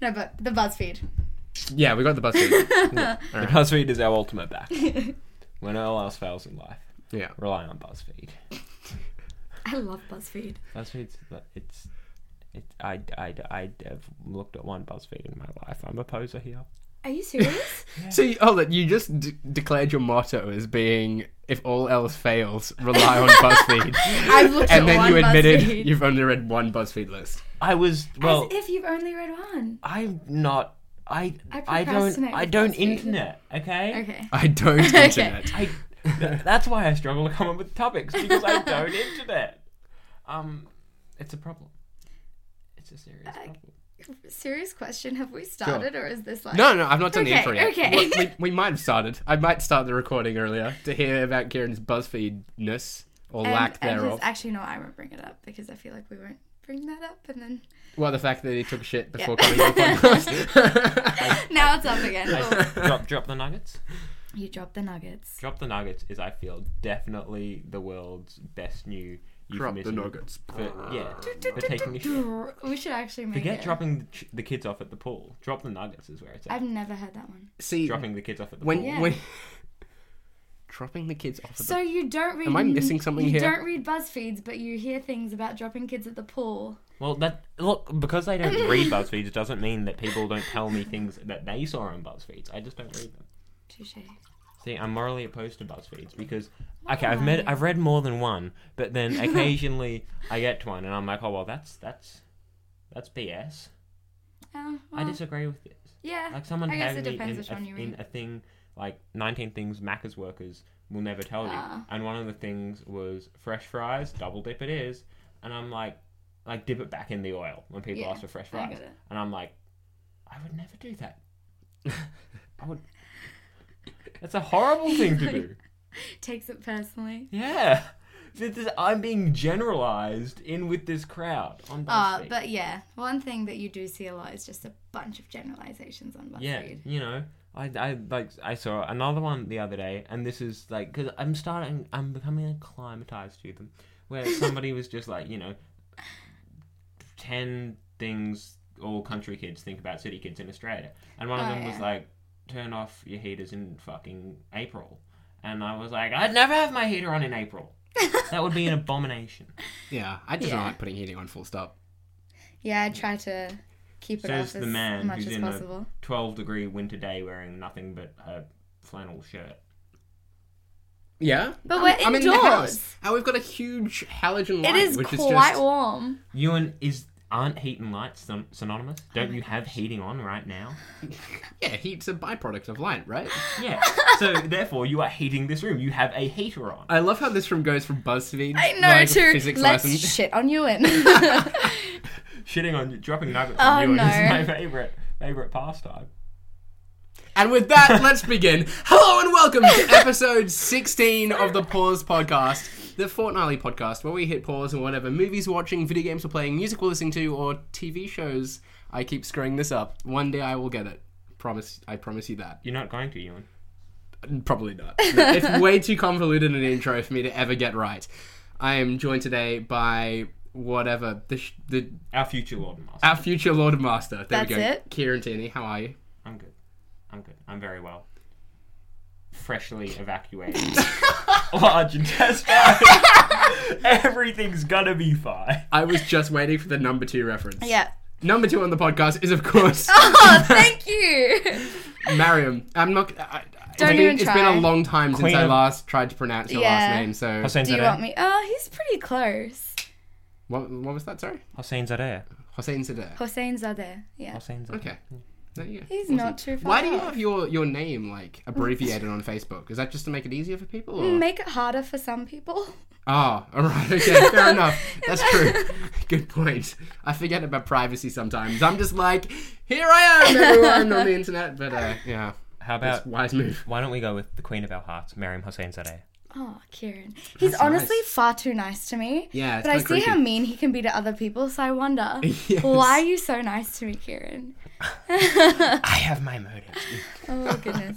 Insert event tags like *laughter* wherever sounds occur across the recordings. No, but the BuzzFeed. Yeah, we got *laughs* the BuzzFeed. yeah. All The right. BuzzFeed is our ultimate back. when all else fails in life, yeah. rely on BuzzFeed. I love BuzzFeed. BuzzFeed's it's. It, I, I, I have looked at one BuzzFeed in my life. I'm a poser here. Are you serious? So you, hold it. You just d- declared your motto as being, if all else fails, rely *laughs* on BuzzFeed. I've looked at and then one you admitted BuzzFeed. you've only read one BuzzFeed list. I was *laughs* well. As if you've only read one. I'm not. I I I, don't procrastinate I with don't BuzzFeed. internet. Okay. Okay. I *laughs* don't Okay. internet. I, th- that's why I struggle to come up with topics because *laughs* I don't internet. Um, it's a problem. It's a Uh, serious problem. Serious question. Have we started or is this like. No, no, I've not done the Okay, intro yet. okay. We, *laughs* we, we might have started. I might start the recording earlier to hear about Kieran's BuzzFeed-ness or And- lack and thereof. just- actually, no, I won't bring it up because I feel like we won't bring that up and then. Well, the fact that he took shit before Yeah. coming *laughs* to the podcast. now it's up again. Oh. I, drop, drop the nuggets. You dropped the nuggets. Drop the nuggets is I feel definitely the world's best new *laughs* Drop the euphemism nuggets. For, yeah, for taking *laughs* a shit. We should actually make Forget it. dropping the, ch- the kids off at the pool. Drop the nuggets is where it's at. I've never heard that one. See, Dropping the kids off at the when pool. Yeah. when *laughs* dropping the kids off. At So you don't read. Am I missing something you here? don't read BuzzFeeds, but you hear things about dropping kids at the pool. Well, that look because I don't read BuzzFeeds doesn't mean that people don't tell me things that they saw on BuzzFeeds. I just don't read them. Touche. See, I'm morally opposed to BuzzFeeds because okay, I've met, I've read more than one, but then occasionally I get to one and I'm like, oh well, that's that's that's BS. Oh, I well, disagree with this. yeah. Like someone I guess had it me depends in, which a, one you in read. a thing like 19 things Macca's workers will never tell you, Ah. and one of the things was fresh fries, double dip it is, and I'm like, like dip it back in the oil when people Yeah, ask for fresh I fries, get it. and I'm like, I would never do that. *laughs* I would. That's a horrible thing to do. Takes it personally. Yeah. This is, I'm being generalized in with this crowd on Uh, BuzzFeed. but yeah, one thing that you do see a lot is just a bunch of generalizations on BuzzFeed. yeah, you know, I, I like I saw another one the other day, and this is like because I'm starting, I'm becoming acclimatized to them, where *laughs* somebody was just like, you know, ten things all country kids think about city kids in Australia, and one of Oh, them was yeah. like, turn off your heaters in fucking April, and I was like, I'd never have my heater on in April. that *laughs* would be an abomination. yeah, I just don't Yeah. like putting heating on full stop. Yeah, I try to keep it Says off as the man much who's as in a- possible. 12 degree winter day wearing nothing but a flannel shirt. Yeah, But I'm- we're I'm in the indoors. house, and we've got a huge halogen It light, is which quite is just. warm. Ewan, is aren't heat and light syn- synonymous? Oh Don't you have heating on right now? Yeah, heat's a byproduct of light, right? Yeah. *laughs* so therefore, you are heating this room. You have a heater on. I love how this room goes from BuzzFeed. I know like, too. Physics Let's lesson. shit on you *laughs* in. Shitting on you, dropping nuggets Oh, on Ewan no. is *laughs* my favorite favorite pastime. And *laughs* with that, let's begin. Hello and welcome to episode 16 of the Pause Podcast, the fortnightly podcast where we hit pause on whatever movies we're watching, video games we're playing, music we're listening to, or TV shows. I keep screwing this up. One day I will get it. Promise, I promise you that. You're not going to Ewan. Probably not. *laughs* it's way too convoluted an intro for me to ever get right. I am joined today by whatever the, sh- the Our future Lord and Master. our future Lord and Master. There we That's go. it? Kieran Tierney, how are you? I'm good. I'm good. I'm very well. *laughs* Freshly evacuated. *laughs* Large intestine. *laughs* Everything's gonna be fine. I was just waiting for the number two reference. yeah. Number two on the podcast is, of course, *laughs* Oh, thank you. *laughs* Mariam. I'm not. I, I- it's Don't been, even It's try. been a long time since Queen I of- last tried to pronounce your last Yeah. name. So Hossein Do you Zadeh. want me? Oh, he's pretty close. what, what was that? Sorry, Hossein Zadeh. Hossein Sadeh. Hossein Zadeh. Yeah. Hossein Zadeh. Okay, there you go. He's not too far. Why do you off. have your, your name like abbreviated on Facebook? Is that just to make it easier for people? Or? Make it harder for some people. Oh, *laughs* all right, okay, *laughs* fair enough. That's true. *laughs* Good point. I forget about privacy sometimes. I'm just like, here *laughs* I am, everyone on the internet. But uh, yeah, How about that's wise move. Why don't we go with the queen of our hearts, Mariam Hossein Zadeh? Oh, Kieran. He's That's honestly nice. far too nice to me. Yeah, it's But I see kinda how creepy. mean he can be to other people, so I wonder *laughs* Yes. why are you so nice *laughs* to me, Kieran? I have my motives. Oh goodness.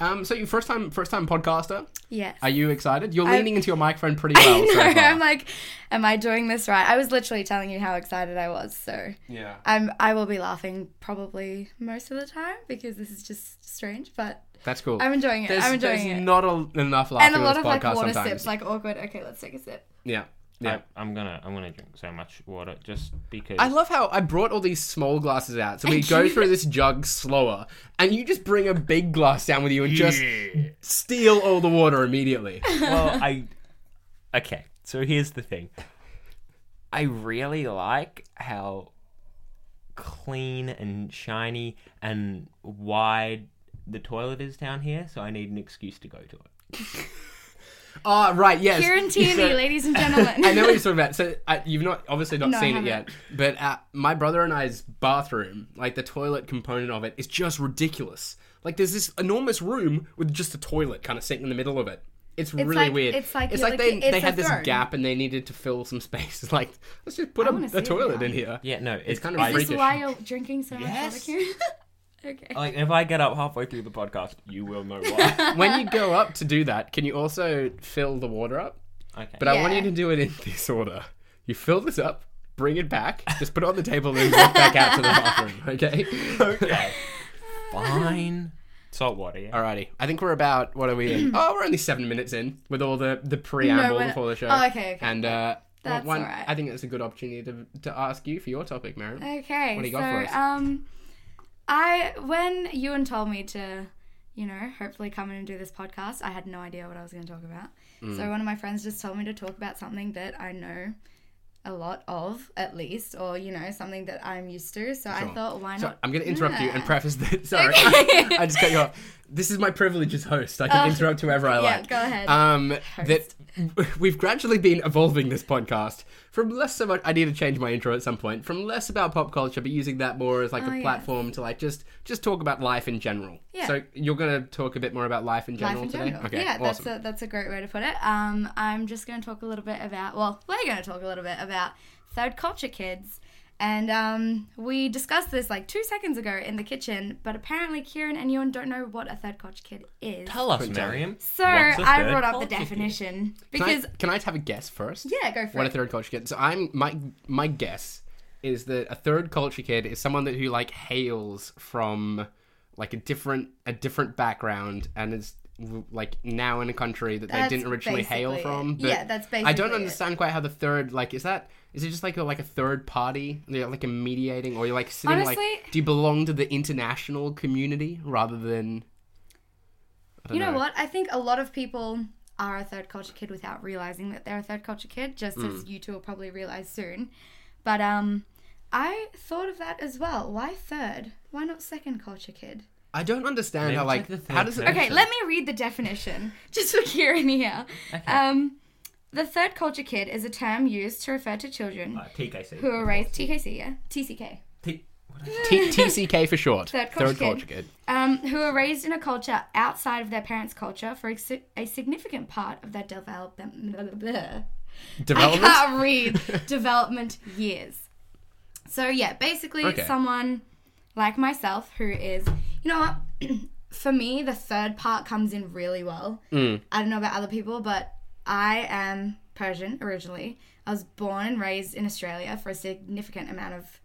Um, so you first time first time podcaster. Yes. Are you excited? You're I- leaning into your microphone pretty well. *laughs* so I know. far. I'm like, am I doing this right? I was literally telling you how excited I was. So yeah. I'm, I will be laughing probably most of the time because this is just strange, but That's cool. I'm enjoying it. there's I'm there's enjoying it. not a, enough laughter and a lot of in this like podcast water sometimes. sips, like awkward. Okay, let's take a sip. yeah. Yeah. I, am gonna I'm gonna drink so much water just because. *laughs* I love how I brought all these small glasses out, so we go through this jug slower, and you just bring a big glass down with you and just steal all the water immediately. well, I okay. So here's the thing. I really like how clean and shiny and wide the toilet is down here. So I need an excuse to go to it. Ah, right, yes. Here in TV, *laughs* So- ladies and gentlemen. I know what you're talking about. So uh, you've not obviously not No, I seen it haven't. yet, but uh, my brother and I's bathroom, like the toilet component of it, is just ridiculous. Like there's this enormous room with just a toilet kind of sitting in the middle of it. It's, really like- weird. it's like it's you're like they looking- it's they a had this throne. gap and they needed to fill some space. *laughs* It's like let's just put I a, wanna a see it toilet now. in here. Yeah, no, it's, kind of I- Is this freakish. why you're drinking so much Yes. barbecue? *laughs* okay. Oh, like if I get up halfway through the podcast, you will *laughs* know why. When you go up to do that, can you also fill the water up? okay. But I want you Yeah. to do it in *laughs* this order. You fill this up, bring it back, just put it on the table, and walk back out to the bathroom. *laughs* Okay. okay. Fine. Salt water. Yeah. *laughs* Alrighty, I think we're about what are we? in? oh, we're only seven minutes in with all the the preamble No, we're- before the show. Oh, okay, okay. And uh, That's one, alright. Uh, I think that's a good opportunity to to ask you for your topic, Maren. Okay. What do you so, got for us? um, I when Ewan told me to, you know, hopefully come in and do this podcast, I had no idea what I was going to talk about. Mm. So one of my friends just told me to talk about something that I know a lot of, at least, or you know, something that I'm used to. So I Sure. thought, why So not? I'm going to interrupt you and Yeah. preface that. *laughs* Sorry, Okay. I just cut you off. This is my privilege as host. I can Oh, interrupt whoever I yeah, like. go ahead. Um, that *laughs* we've gradually been evolving this podcast from less about. I need to change my intro at some point. From less about pop culture, but using that more as like Oh, a yes. platform to like just just talk about life in general. Yeah. So you're going to talk a bit more about life in general Life in today. general. Okay. yeah, awesome. that's a that's a great way to put it. Um, I'm just going to talk a little bit about. Well, we're going to talk a little bit about third culture kids, and um, we discussed this like two seconds ago in the kitchen. But apparently, Kieran and Ewan don't know what a third culture kid is. Tell us, Couldn't tell Miriam. So what's a I third brought up the culture kid? definition Can I- because can I have a guess first? yeah, go for what a it. third culture kid. So I'm my my guess is that a third culture kid is someone that who like hails from like a different a different background and is w- like now in a country that That's they didn't originally hail basically from. it. Yeah, that's I don't basically it. understand quite how the third like is that is it just like a, like a third party You're, like a mediating or you're like sitting like Honestly- do you belong to the international community rather than I don't You know what? I think a lot of people are a third culture kid without realizing that they're a third culture kid, just as you two will probably realize soon. But um, I thought of that as well. Why third? Why not second culture kid? I don't understand Maybe how it's like, like the how third does it Okay, let me read the definition *laughs* just for Kieran here. Um, the third culture kid is a term used to refer to children Uh, TKC. who are raised TKC, yeah, TCK. T- what did I- T- TCK for short. Third culture third kid. culture kid. um, who are raised in a culture outside of their parents' culture for a, si- a significant part of their development. I Development. can't read development years. So yeah, basically Okay. someone like myself who is, you know what? *clears throat* For me, the third part comes in really well. Mm. I don't know about other people, but I am Persian originally. I was born and raised in Australia for a significant amount of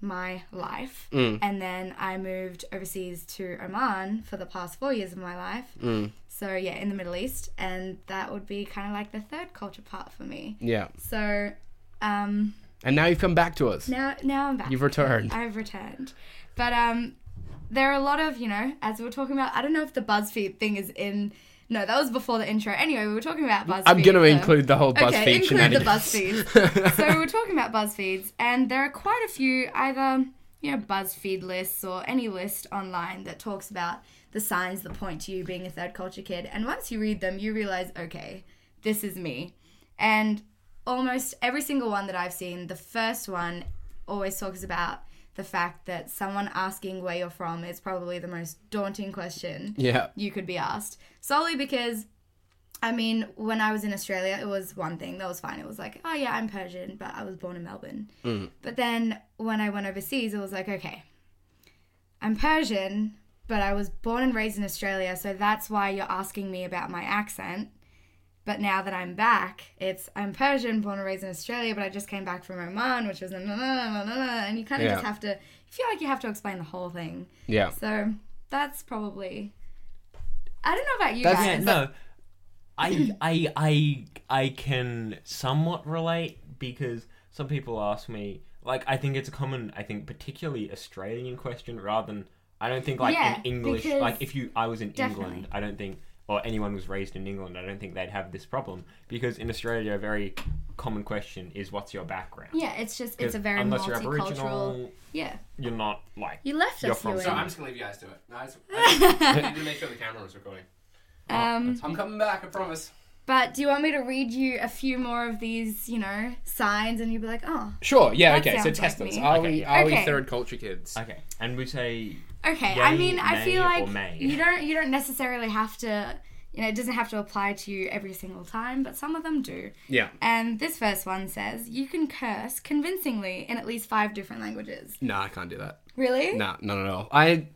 my life. Mm. And then I moved overseas to Oman for the past four years of my life. Mm. So, yeah, in the Middle East. And that would be kind of like the third culture part for me. Yeah. So, um, And now you've come back to us. now, now I'm back. You've returned. I've returned. But um, there are a lot of, you know, as we were talking about, I don't know if the BuzzFeed thing is in. No, that was before the intro. Anyway, we were talking about BuzzFeed. I'm going to the- include the whole BuzzFeed Okay, include the shenanigans. BuzzFeeds. so we were talking about BuzzFeeds, and there are quite a few either you know BuzzFeed lists or any list online that talks about the signs that point to you being a third culture kid. And once you read them, you realize, okay, this is me. And almost every single one that I've seen, the first one always talks about the fact that someone asking where you're from is probably the most daunting question *laughs* yeah. you could be asked solely because I mean, when I was in Australia, it was one thing that was fine. It was like, oh yeah, I'm Persian, but I was born in Melbourne. But then when I went overseas, it was like, okay, I'm Persian, but I was born and raised in Australia, so that's why you're asking me about my accent. But now that I'm back, it's I'm Persian, born and raised in Australia, but I just came back from Oman, which was na- na- na- na- na- na, and you kind of Yeah. just have to you feel like you have to explain the whole thing. Yeah. So that's probably I don't know about you That's- Yeah, guys. no. I I I I can somewhat relate because some people ask me like I think it's a common I think particularly Australian question rather than I don't think like Yeah, in English because- like if you I was in Definitely. England I don't think or anyone was raised in England I don't think they'd have this problem because in Australia a very common question is what's your background Yeah, it's just it's a very unless you're multicultural. Aboriginal yeah, you're not like you left You're us. from Ewan. So I'm just gonna leave you guys to it. *laughs* No, I, just, I just- I needed to make sure the camera was recording. um, I'm coming back. I promise. but do you want me to read you a few more of these, you know, signs, and you'd be like, oh, Sure. Yeah. That okay, so sounds test like us. me. Are we- Are we Okay. third culture kids? okay and we *laughs* say Okay, I Yay, mean, I nay, feel or like may. you don't you don't necessarily have to, you know, it doesn't have to apply to you every single time, but some of them do. Yeah. And this first one says, "You can curse convincingly in at least five different languages." No, I can't do that. Really? No, not at all. I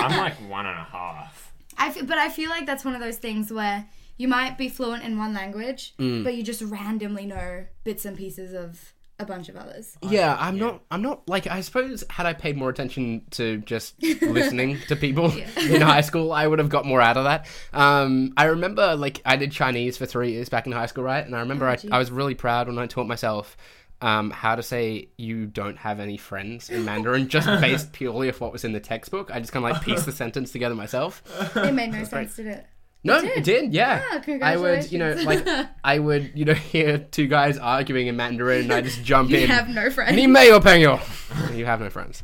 I'm like one and a half I feel, but I feel like that's one of those things where you might be fluent in one language, Mm. but you just randomly know bits and pieces of a bunch of others. yeah, I'm not. I'm not like. I suppose had I paid more attention to *laughs* just listening to people *laughs* in high school, I would have got more out of that. Um, I remember like I did Chinese for three years back in high school, right? And I Oh, remember I, I was really proud when I taught myself. Um, how to say you don't have any friends in *laughs* Mandarin just based purely off what was in the textbook. I just kind of like pieced the sentence *laughs* together myself. It made no sense, did it? No, it did. yeah. Yeah, I would, you know, like congratulations. I would, you know, *laughs* hear two guys arguing in Mandarin, and *laughs* I just jump You in. have no friends. Ni mei yo peng yo. *laughs* You have no friends.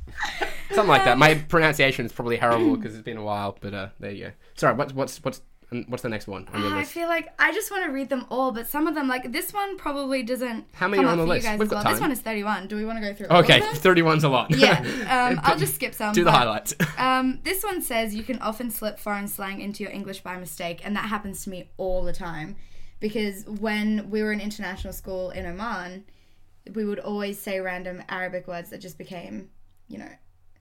Something like that. My pronunciation is probably horrible because it's been a while, but uh, there you go. Sorry. What's what's what's um, what's the next one on your Ah, Oh, I list? feel like I just want to read them all, but some of them, like this one, probably doesn't. How many come are on up the for you list? guys We've as got well. This time. one is thirty-one. Do we want to go through? all of Okay, them? *laughs* thirty-one's a lot. *laughs* yeah. Um, I'll just skip some. Do the but, *laughs* highlights. Um, this one says you can often slip foreign slang into your English by mistake, and that happens to me all the time. Because when we were in international school in Oman, we would always say random Arabic words that just became, you know,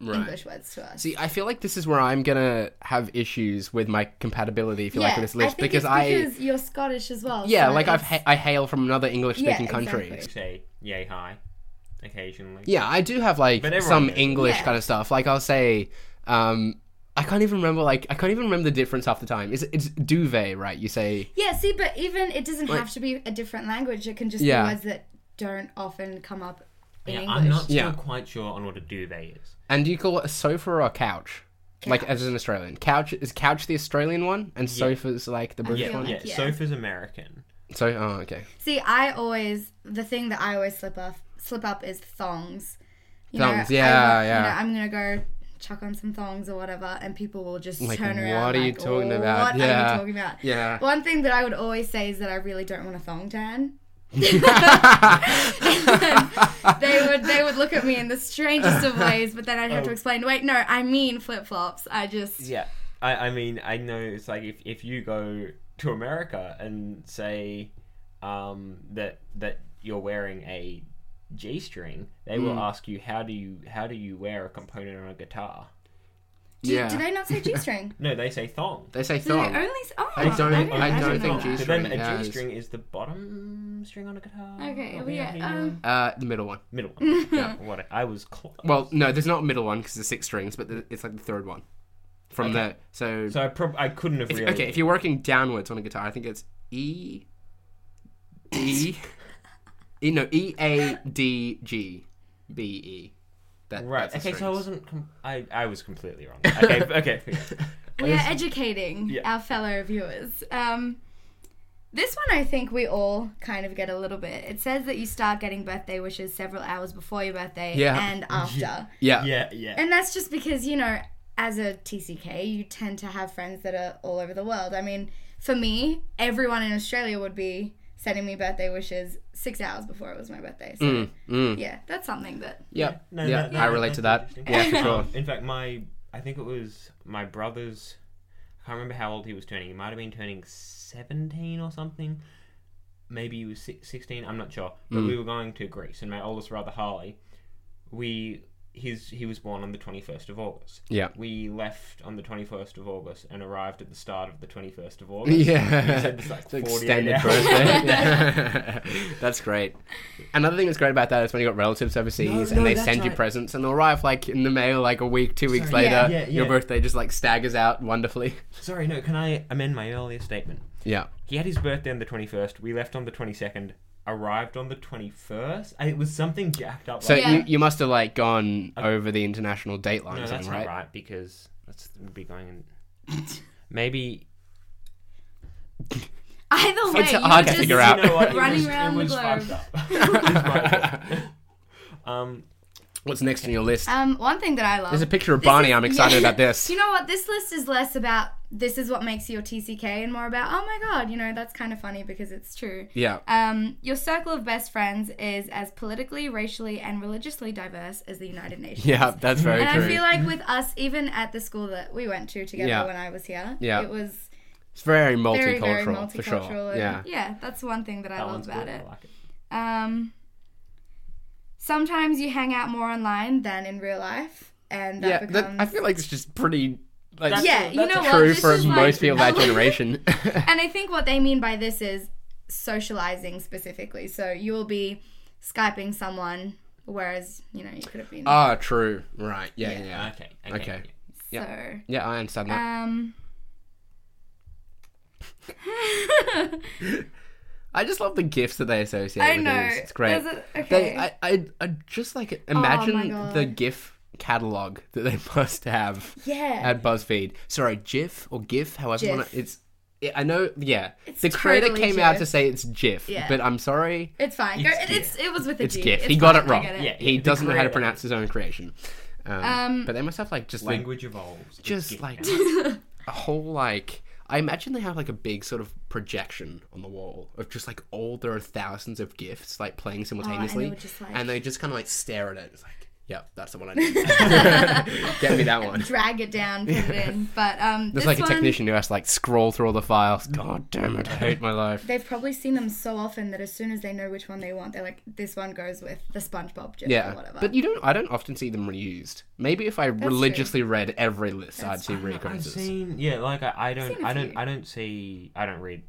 English words to us. See, I feel like this is where I'm gonna have issues with my compatibility, if you like, with this I list think because it's I, because you're Scottish as well. yeah, so like I've it's- ha- I hail from another English-speaking Yeah, country. exactly. say yay hi occasionally. Yeah, I do have like But everyone some knows. English Yeah. kind of stuff. Like I'll say, um, I can't even remember. Like I can't even remember the difference half the time. It's it's duvet, right? You say Yeah, see, but even it doesn't have to be a different language. It can just Yeah. be words that don't often come up in English. I'm not still Yeah. quite sure on what a duvet is. and do you call it a sofa or a couch? Like as an Australian, couch is couch the Australian one, and sofa's like the British feel one. like- Yeah, yeah. sofa's American. So oh okay, See, I always the thing that I always slip up slip up is thongs. You Thongs, I yeah, want- you yeah. know, I'm gonna go chuck on some thongs or whatever, and people will just Like, turn what around. are you like, talking about? What are Yeah. you talking about? yeah. *laughs* *laughs* One thing that I would always say is that I really don't want a thong tan. they would they would look at me in the strangest *laughs* of ways, but then I'd Oh. have to explain. Wait, no, I mean flip flops. I just Yeah. I, I mean, I know it's like if, if you go to America and say um, that that you're wearing a G string, they Mm. will ask you how do you how do you wear a component on a guitar? do, Yeah. do they not say g string? *laughs* No, they say thong. They say Do they only? thong. s- Oh, I don't- didn't- I don't didn't know that. think To them, G-string, yeah, a is- G string is the bottom string on a guitar. Okay, or well, yeah, the um, Uh, the middle one. middle *laughs* one. yeah, what I was close. Well, no, there's not a middle one because there's six strings, but the, it's like the third one from the so. so I prob- I couldn't have if- really. Okay, if you're working downwards on a guitar, I think it's E, E, E no E A D G B E. That, Right. that's the Okay, so I strings. wasn't. Com- I I was completely *laughs* wrong. Okay. okay. forget. We are educating Yeah. our fellow viewers. Um, this one I think we all kind of get a little bit. It says that you start getting birthday wishes several hours before your birthday Yeah. and after. Yeah. *laughs* Yeah. Yeah. And that's just because, you know, as a TCK, you tend to have friends that are all over the world. I mean, for me, everyone in Australia would be sending me birthday wishes six hours before it was my birthday. So, Mm. yeah, that's something that. *laughs* Yeah. No, yeah. that- that- I relate to that. that's interesting. Yeah, for sure. *laughs* Um, in fact, my I think it was my brother's. I can't remember how old he was turning. He might have been turning seventeen or something. Maybe he was Mm. si- sixteen. I'm not sure. But we were going to Greece, and my oldest brother Harley. We his he was born on the 21st of August. Yeah. We left on the 21st of August and arrived at the start of the 21st of *laughs* August. You Yeah. said it's like *laughs* It's like 48 extended hours. birthday. Yeah. *laughs* that's great. Another thing that's great about that is when you got relatives overseas No, no, and they that's send you right. presents and they'll arrive like in the mail like a week, two weeks Sorry. Yeah. later. Yeah, Your yeah. birthday just like staggers out wonderfully. *laughs* Sorry, no, can I amend my earlier statement? Yeah. He had his birthday on the 21st. We left on the 22nd. Arrived on the 21st. I, it was something jacked up. So like, Yeah. you, you must have like gone over the international dateline no, or that's something, not right, right? because that's would be going in. *laughs* Maybe Either way, It's you hard to just- figure out. You know what? It Running was- around it the was globe. *laughs* *laughs* fucked up. It was my fault. um, *laughs* What's next on your list? Um, one thing that I love. There's a picture of This Barney. is- I'm excited yeah. about this. Do *laughs* you know what? This list is less about this is what makes your TCK and more about oh my god, you know that's kind of funny because it's true. Yeah. Um, your circle of best friends is as politically, racially, and religiously diverse as the United Nations. Yeah, that's very And true. I feel like with us, even at the school that we went to together Yeah. when I was here, Yeah. it was it's very multicultural, very, very multicultural. for sure. and Yeah. that's one thing that I that love one's about good. it. I like it. Um, sometimes you hang out more online than in real life, and that Yeah. becomes that- I feel like it's just pretty. Like, That's- yeah, you that's know what? true This for is like- most people *laughs* of that generation. And I think what they mean by this is socializing specifically. So you will be skyping someone, whereas you know you could have been. *laughs* Ah, true. Right. Yeah, yeah. Yeah, Okay. Okay. so Yeah, I understand that. um, I just love the gifts that they associate I with know. things. It's great. There's a- They, okay. Oh I, I, I just like imagine God. the GIF catalog that they *laughs* must have yeah. at BuzzFeed. Sorry, GIF or GIF, however you want GIF. to. It's. I- I know. Yeah, the creator totally came out GIF. to say it's GIF, Yeah. but I'm sorry, it's fine. Go- it- It's It's, it was with a it's G. GIF. It's he got fine, it I wrong. get Yeah. he the doesn't know how to creator. pronounce his own creation. Um, Um, but they must have like just the Language evolves. It's just getting like better. *laughs* a whole like I imagine they have like a big sort of projection on the wall of just like all there are thousands of gifts like playing simultaneously, Oh, were just like- and they just kind of like stare at it. It's like, yep, that's the one I need. *laughs* Get me that one. Drag it down, put it *laughs* in. But um, There's this like a one, technician who has to like scroll through all the files. God damn *laughs* it, I hate my life. They've probably seen them so often that as soon as they know which one they want, they're like, "This one goes with the SpongeBob gif or Yeah, whatever." but you don't. I don't often see them reused. Maybe if I religiously read every list, I'd see I've recurrences. seen. Yeah, like I, I seen don't. a I don't. few. I don't see. I don't read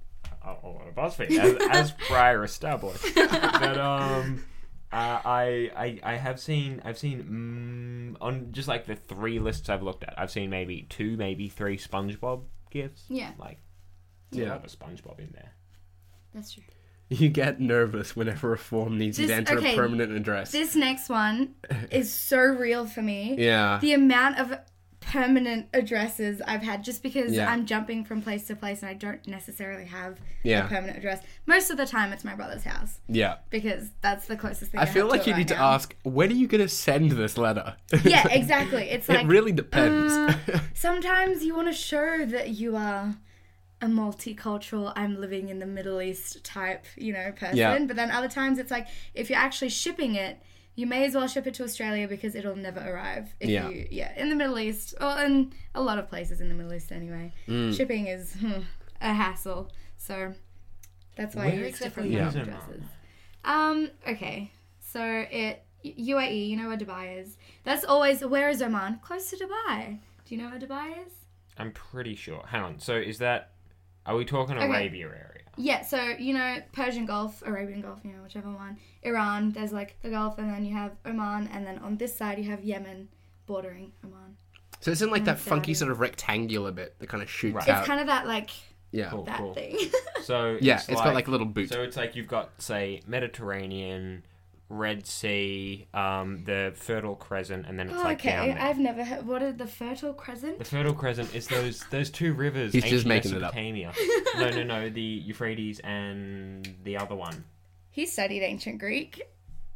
a, a lot of BuzzFeed *laughs* as, as prior established. but um. Uh, I, I I have seen I've seen mm, on just like the three lists I've looked at I've seen maybe two maybe three SpongeBob gifts Yeah. like Yeah. yeah a SpongeBob in there that's true. You get nervous whenever a form needs you to This- enter a okay, permanent address. This next *laughs* one is so real for me. yeah. the amount of permanent addresses I've had just because Yeah. I'm jumping from place to place and I don't necessarily have Yeah. a permanent address. Most of the time, it's my brother's house yeah. because that's the closest thing. I feel have like to you it right need to now. ask, when are you going to send this letter? *laughs* Yeah, exactly. It's like it really depends. uh, *laughs* sometimes you want to show that you are a multicultural, I'm living in the Middle East type, you know, person. Yeah. But then other times it's like if you're actually shipping it, you may as well ship it to Australia because it'll never arrive. If Yeah. You, yeah. In the Middle East, or in a lot of places in the Middle East anyway, Mm. shipping is hmm, a hassle. So that's why Where you use different exactly yeah. is it, addresses. Um. Okay. So it UAE. You know where Dubai is. That's always where is Oman? Close to Dubai. Do you know where Dubai is? I'm pretty sure hang on so is that are we talking Arabia area Yeah, so you know Persian Gulf, Arabian Gulf, you know whichever one. Iran, there's like the Gulf, and then you have Oman, and then on this side you have Yemen bordering Oman. so it's in like that Mm, funky daddy. sort of rectangular bit that kind of shoots Right. out. It's kind of that like yeah. Cool. that cool. thing. So Yeah, it's it's got like a little boot. So it's like you've got say Mediterranean, Red Sea, um, the Fertile Crescent, and then it's oh, like *laughs* down okay, there. I've never heard. What are the Fertile Crescent? The Fertile Crescent is those those two rivers. He's just ancient making it up. Mesopotamia. no, no, no. The Euphrates and the other one. He studied ancient Greek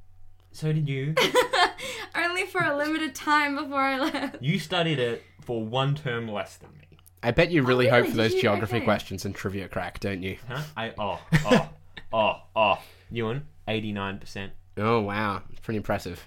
*laughs* So did you. only for a limited time before I left. You studied it for one term less than me. I bet you really hope really? for those Did Oh, you- geography okay. questions and trivia crack, don't you? Huh? I oh oh oh oh. Ewan, eighty nine percent. Oh, wow. It's pretty impressive.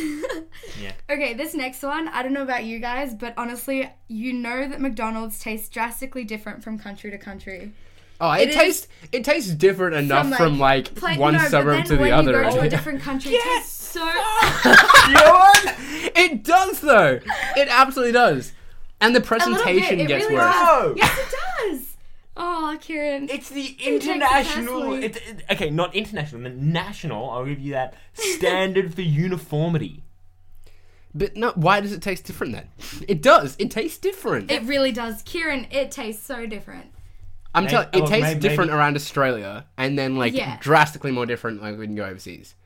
*laughs* Okay, this next one, I don't know about you guys, but honestly, you know that McDonald's tastes drastically different from country to country. Oh, it, It is- tastes it tastes different enough like, from like, Pla- one no, but suburb then to the when other. You go to a *laughs* isn't it? different country, it tastes so *laughs* You know what? It does though. It absolutely does. And the little bit, presentation it gets really worse. does. No. Yes, it does. Oh, Kieran. It's the takes it international. personally. It, it- okay, not international, the national. I'll give you that standard for uniformity. But no, why does it taste different then? It does. It tastes different. It really does, Kieran. It tastes so different. I'm telling. It oh, tastes may- different maybe- around Australia, and then like Yeah. drastically more different like when you go overseas.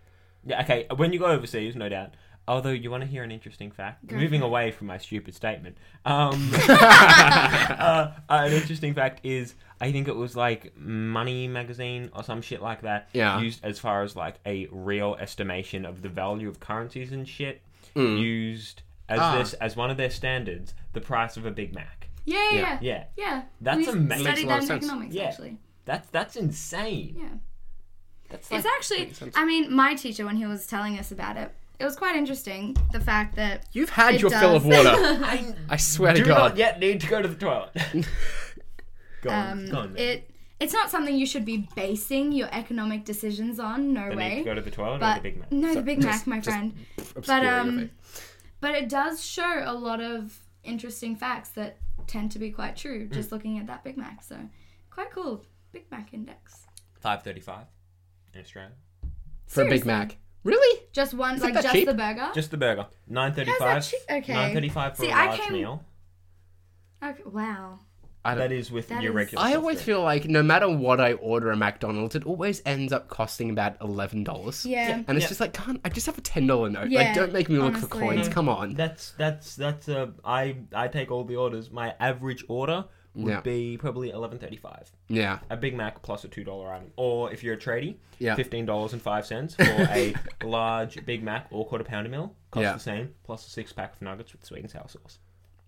Yeah, okay. When you go overseas, no doubt. Although you want to hear an interesting fact, moving away from my stupid statement, *laughs* um, uh, an interesting fact is I think it was like Money Magazine or some shit like that. Yeah. Used as far as like a real estimation of the value of currencies and shit. Used as Mm. Ah. this as one of their standards, the price of a Big Mac. Yeah, yeah, yeah. Yeah, Yeah. That's we amazing. Makes a Studied lot that of in sense. economics Yeah. actually. that's that's insane. Yeah. That's like, It's actually. I mean, my teacher when he was telling us about it, it was quite interesting. The fact that You've had It your fill of does. *laughs* water. *laughs* I I swear do to Oh God. not yet need to go to the *laughs* toilet. go on, um, go on. man. it it's not something you should be basing your economic decisions on. No I way. need to go to the toilet or but the Big Mac. no, the Big Mac, just- my just- friend. Obscure your um, face. But it does show a lot of interesting facts that tend to be quite true. Hmm. Just looking at that Big Mac, so quite cool. Big Mac index. Five thirty-five in Australia. for a Big seriously. Mac. Really? Just one, like that just cheap? the burger. Just the burger. Nine thirty-five. How's that cheap? Okay. Nine thirty-five for See, a I large came- meal. okay, wow. I don't. That is with That your is- regular. I soft always drink. feel like no matter what I order at McDonald's, it always ends up costing about eleven dollars. Yeah. And it's Yeah. just like, can't I just have a ten dollar note? Yeah, like, don't make me look for honestly. coins. No. Come on. that's that's that's uh, I I take all the orders. My average order would Yeah. be probably eleven thirty-five. Yeah. A Big Mac plus a two dollar item, or if you're a tradie, Yeah. fifteen dollars and five cents for *laughs* a large Big Mac or quarter pounder meal. Costs Yeah. the same, plus a six pack of nuggets with sweet and sour sauce.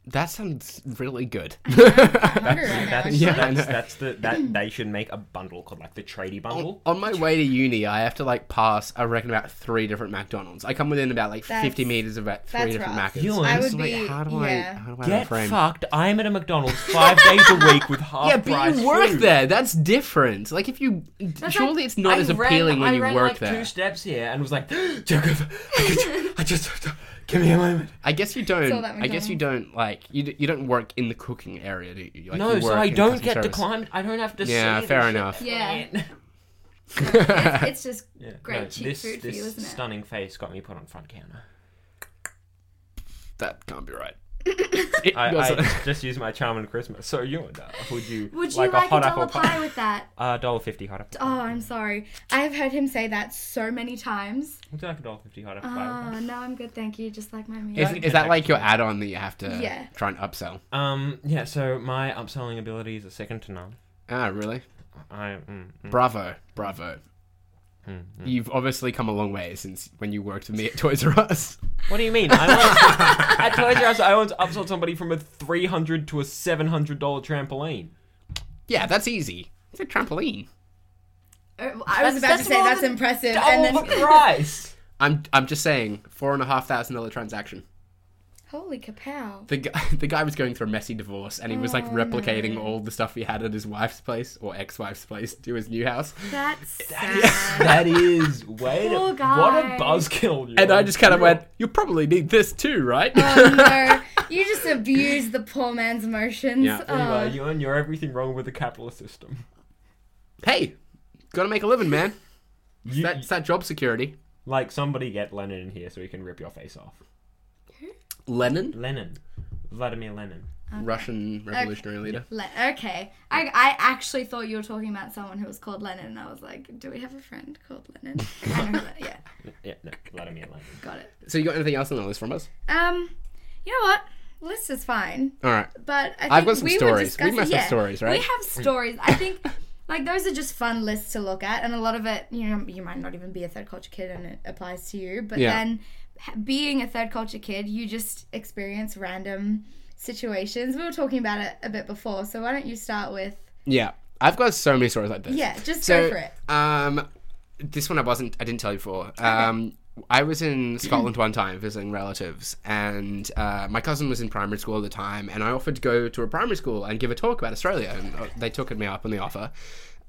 That sounds really good. *laughs* *laughs* I'm hungry right now. That's actually. Yeah, I that's, know. that's the that they should make a bundle called like the tradie bundle. On my way to uni, I have to like pass. I reckon about three different McDonald's. I come within about like fifty That's- meters of about three that's different rough. Maccas. You And I it's would like, be- how do I? yeah. How do I Get frame? fucked. I'm at a McDonald's *laughs* five days a week with half yeah, but price you work food. there. That's different. Like if you, surely it's not as appealing when I you ran work like there. two steps here and was like, *gasps* Jacob, I, could, I just give me a moment. I guess you don't. all that I guess you don't like you. d- You don't work in the cooking area, do you? Like, no, you so work I in don't customer get to service. climb. I don't have to. Yeah, see fair this enough. Shit. Yeah. *laughs* Yeah. it's, *laughs* it's just great No, cheap this, food for this you, isn't it? stunning face got me put on front counter. That can't be *laughs* right. It- I, no, so- *laughs* I *laughs* just used my charm and charisma. So you and that, would you *laughs* Would you like, like, a hot a apple dollar pie, pie? with that? Uh, dollar fifty hot apple. Oh, I'm sorry. I have heard him say that so many times. Would you like a dollar fifty hot apple pie? Oh, no, I'm good, thank you. Just like my meal. is, I think is that it's like your add-on that you have to Yeah. try and upsell? Ah. Um, yeah. So my upselling abilities are second to none. Ah, really? I mm, mm, Bravo, bravo. mm, mm. You've obviously come a long way since when you worked with me at Toys R Us. What do you mean? I once, *laughs* at Toys R Us, I once upsold somebody from a three hundred to a seven hundred dollar trampoline. *laughs* Yeah, that's easy. It's a trampoline. Uh, I was That's- about that's to say more that's than impressive, and Double then *laughs* the price. I'm I'm just saying, four and a half thousand dollar transaction. holy kapow! The guy, *laughs* the guy was going through a messy divorce, and he was like Oh, replicating no. all the stuff he had at his wife's place or ex-wife's place to his new *laughs* house. *laughs* That's sad. That is way to, Poor what a guy. buzzkill. you And are. I just kind of went, "You probably need this too, right?" oh no, *laughs* you just abuse the poor man's emotions. Yeah. Oh. Anyway, you and you're everything wrong with the capitalist system. *laughs* hey, gotta make a living, man. You, That's that job security. like somebody get Lenin in here so he can rip your face off. Lenin, Lenin, Vladimir Lenin. Russian revolutionary leader. Le- okay, I, I actually thought you were talking about someone who was called Lennon, and I was like, do we have a friend called Lennon? I know who that- yeah, Yeah, no, Vladimir Lenin. got it. So you got anything else on the list from us? Um, you know what? List is fine. All right. But I think I've got some we stories. Were We discussing, must have yeah, stories, right? We have stories. I think like those are just fun lists to look at, and a lot of it, you know, you might not even be a third culture kid, and it applies to you. But Yeah. then ha- being a third culture kid, you just experience random situations. We were talking about it a bit before, so why don't you start with Yeah, I've got so many stories like this. yeah? Just go So, for it. um, this one I wasn't. I didn't tell you before. Um, I was *clears throat* in Scotland one time visiting relatives, and uh, my cousin was in primary school at the time, and I offered to go to a primary school and give a talk about Australia, and uh, they took me up on the offer.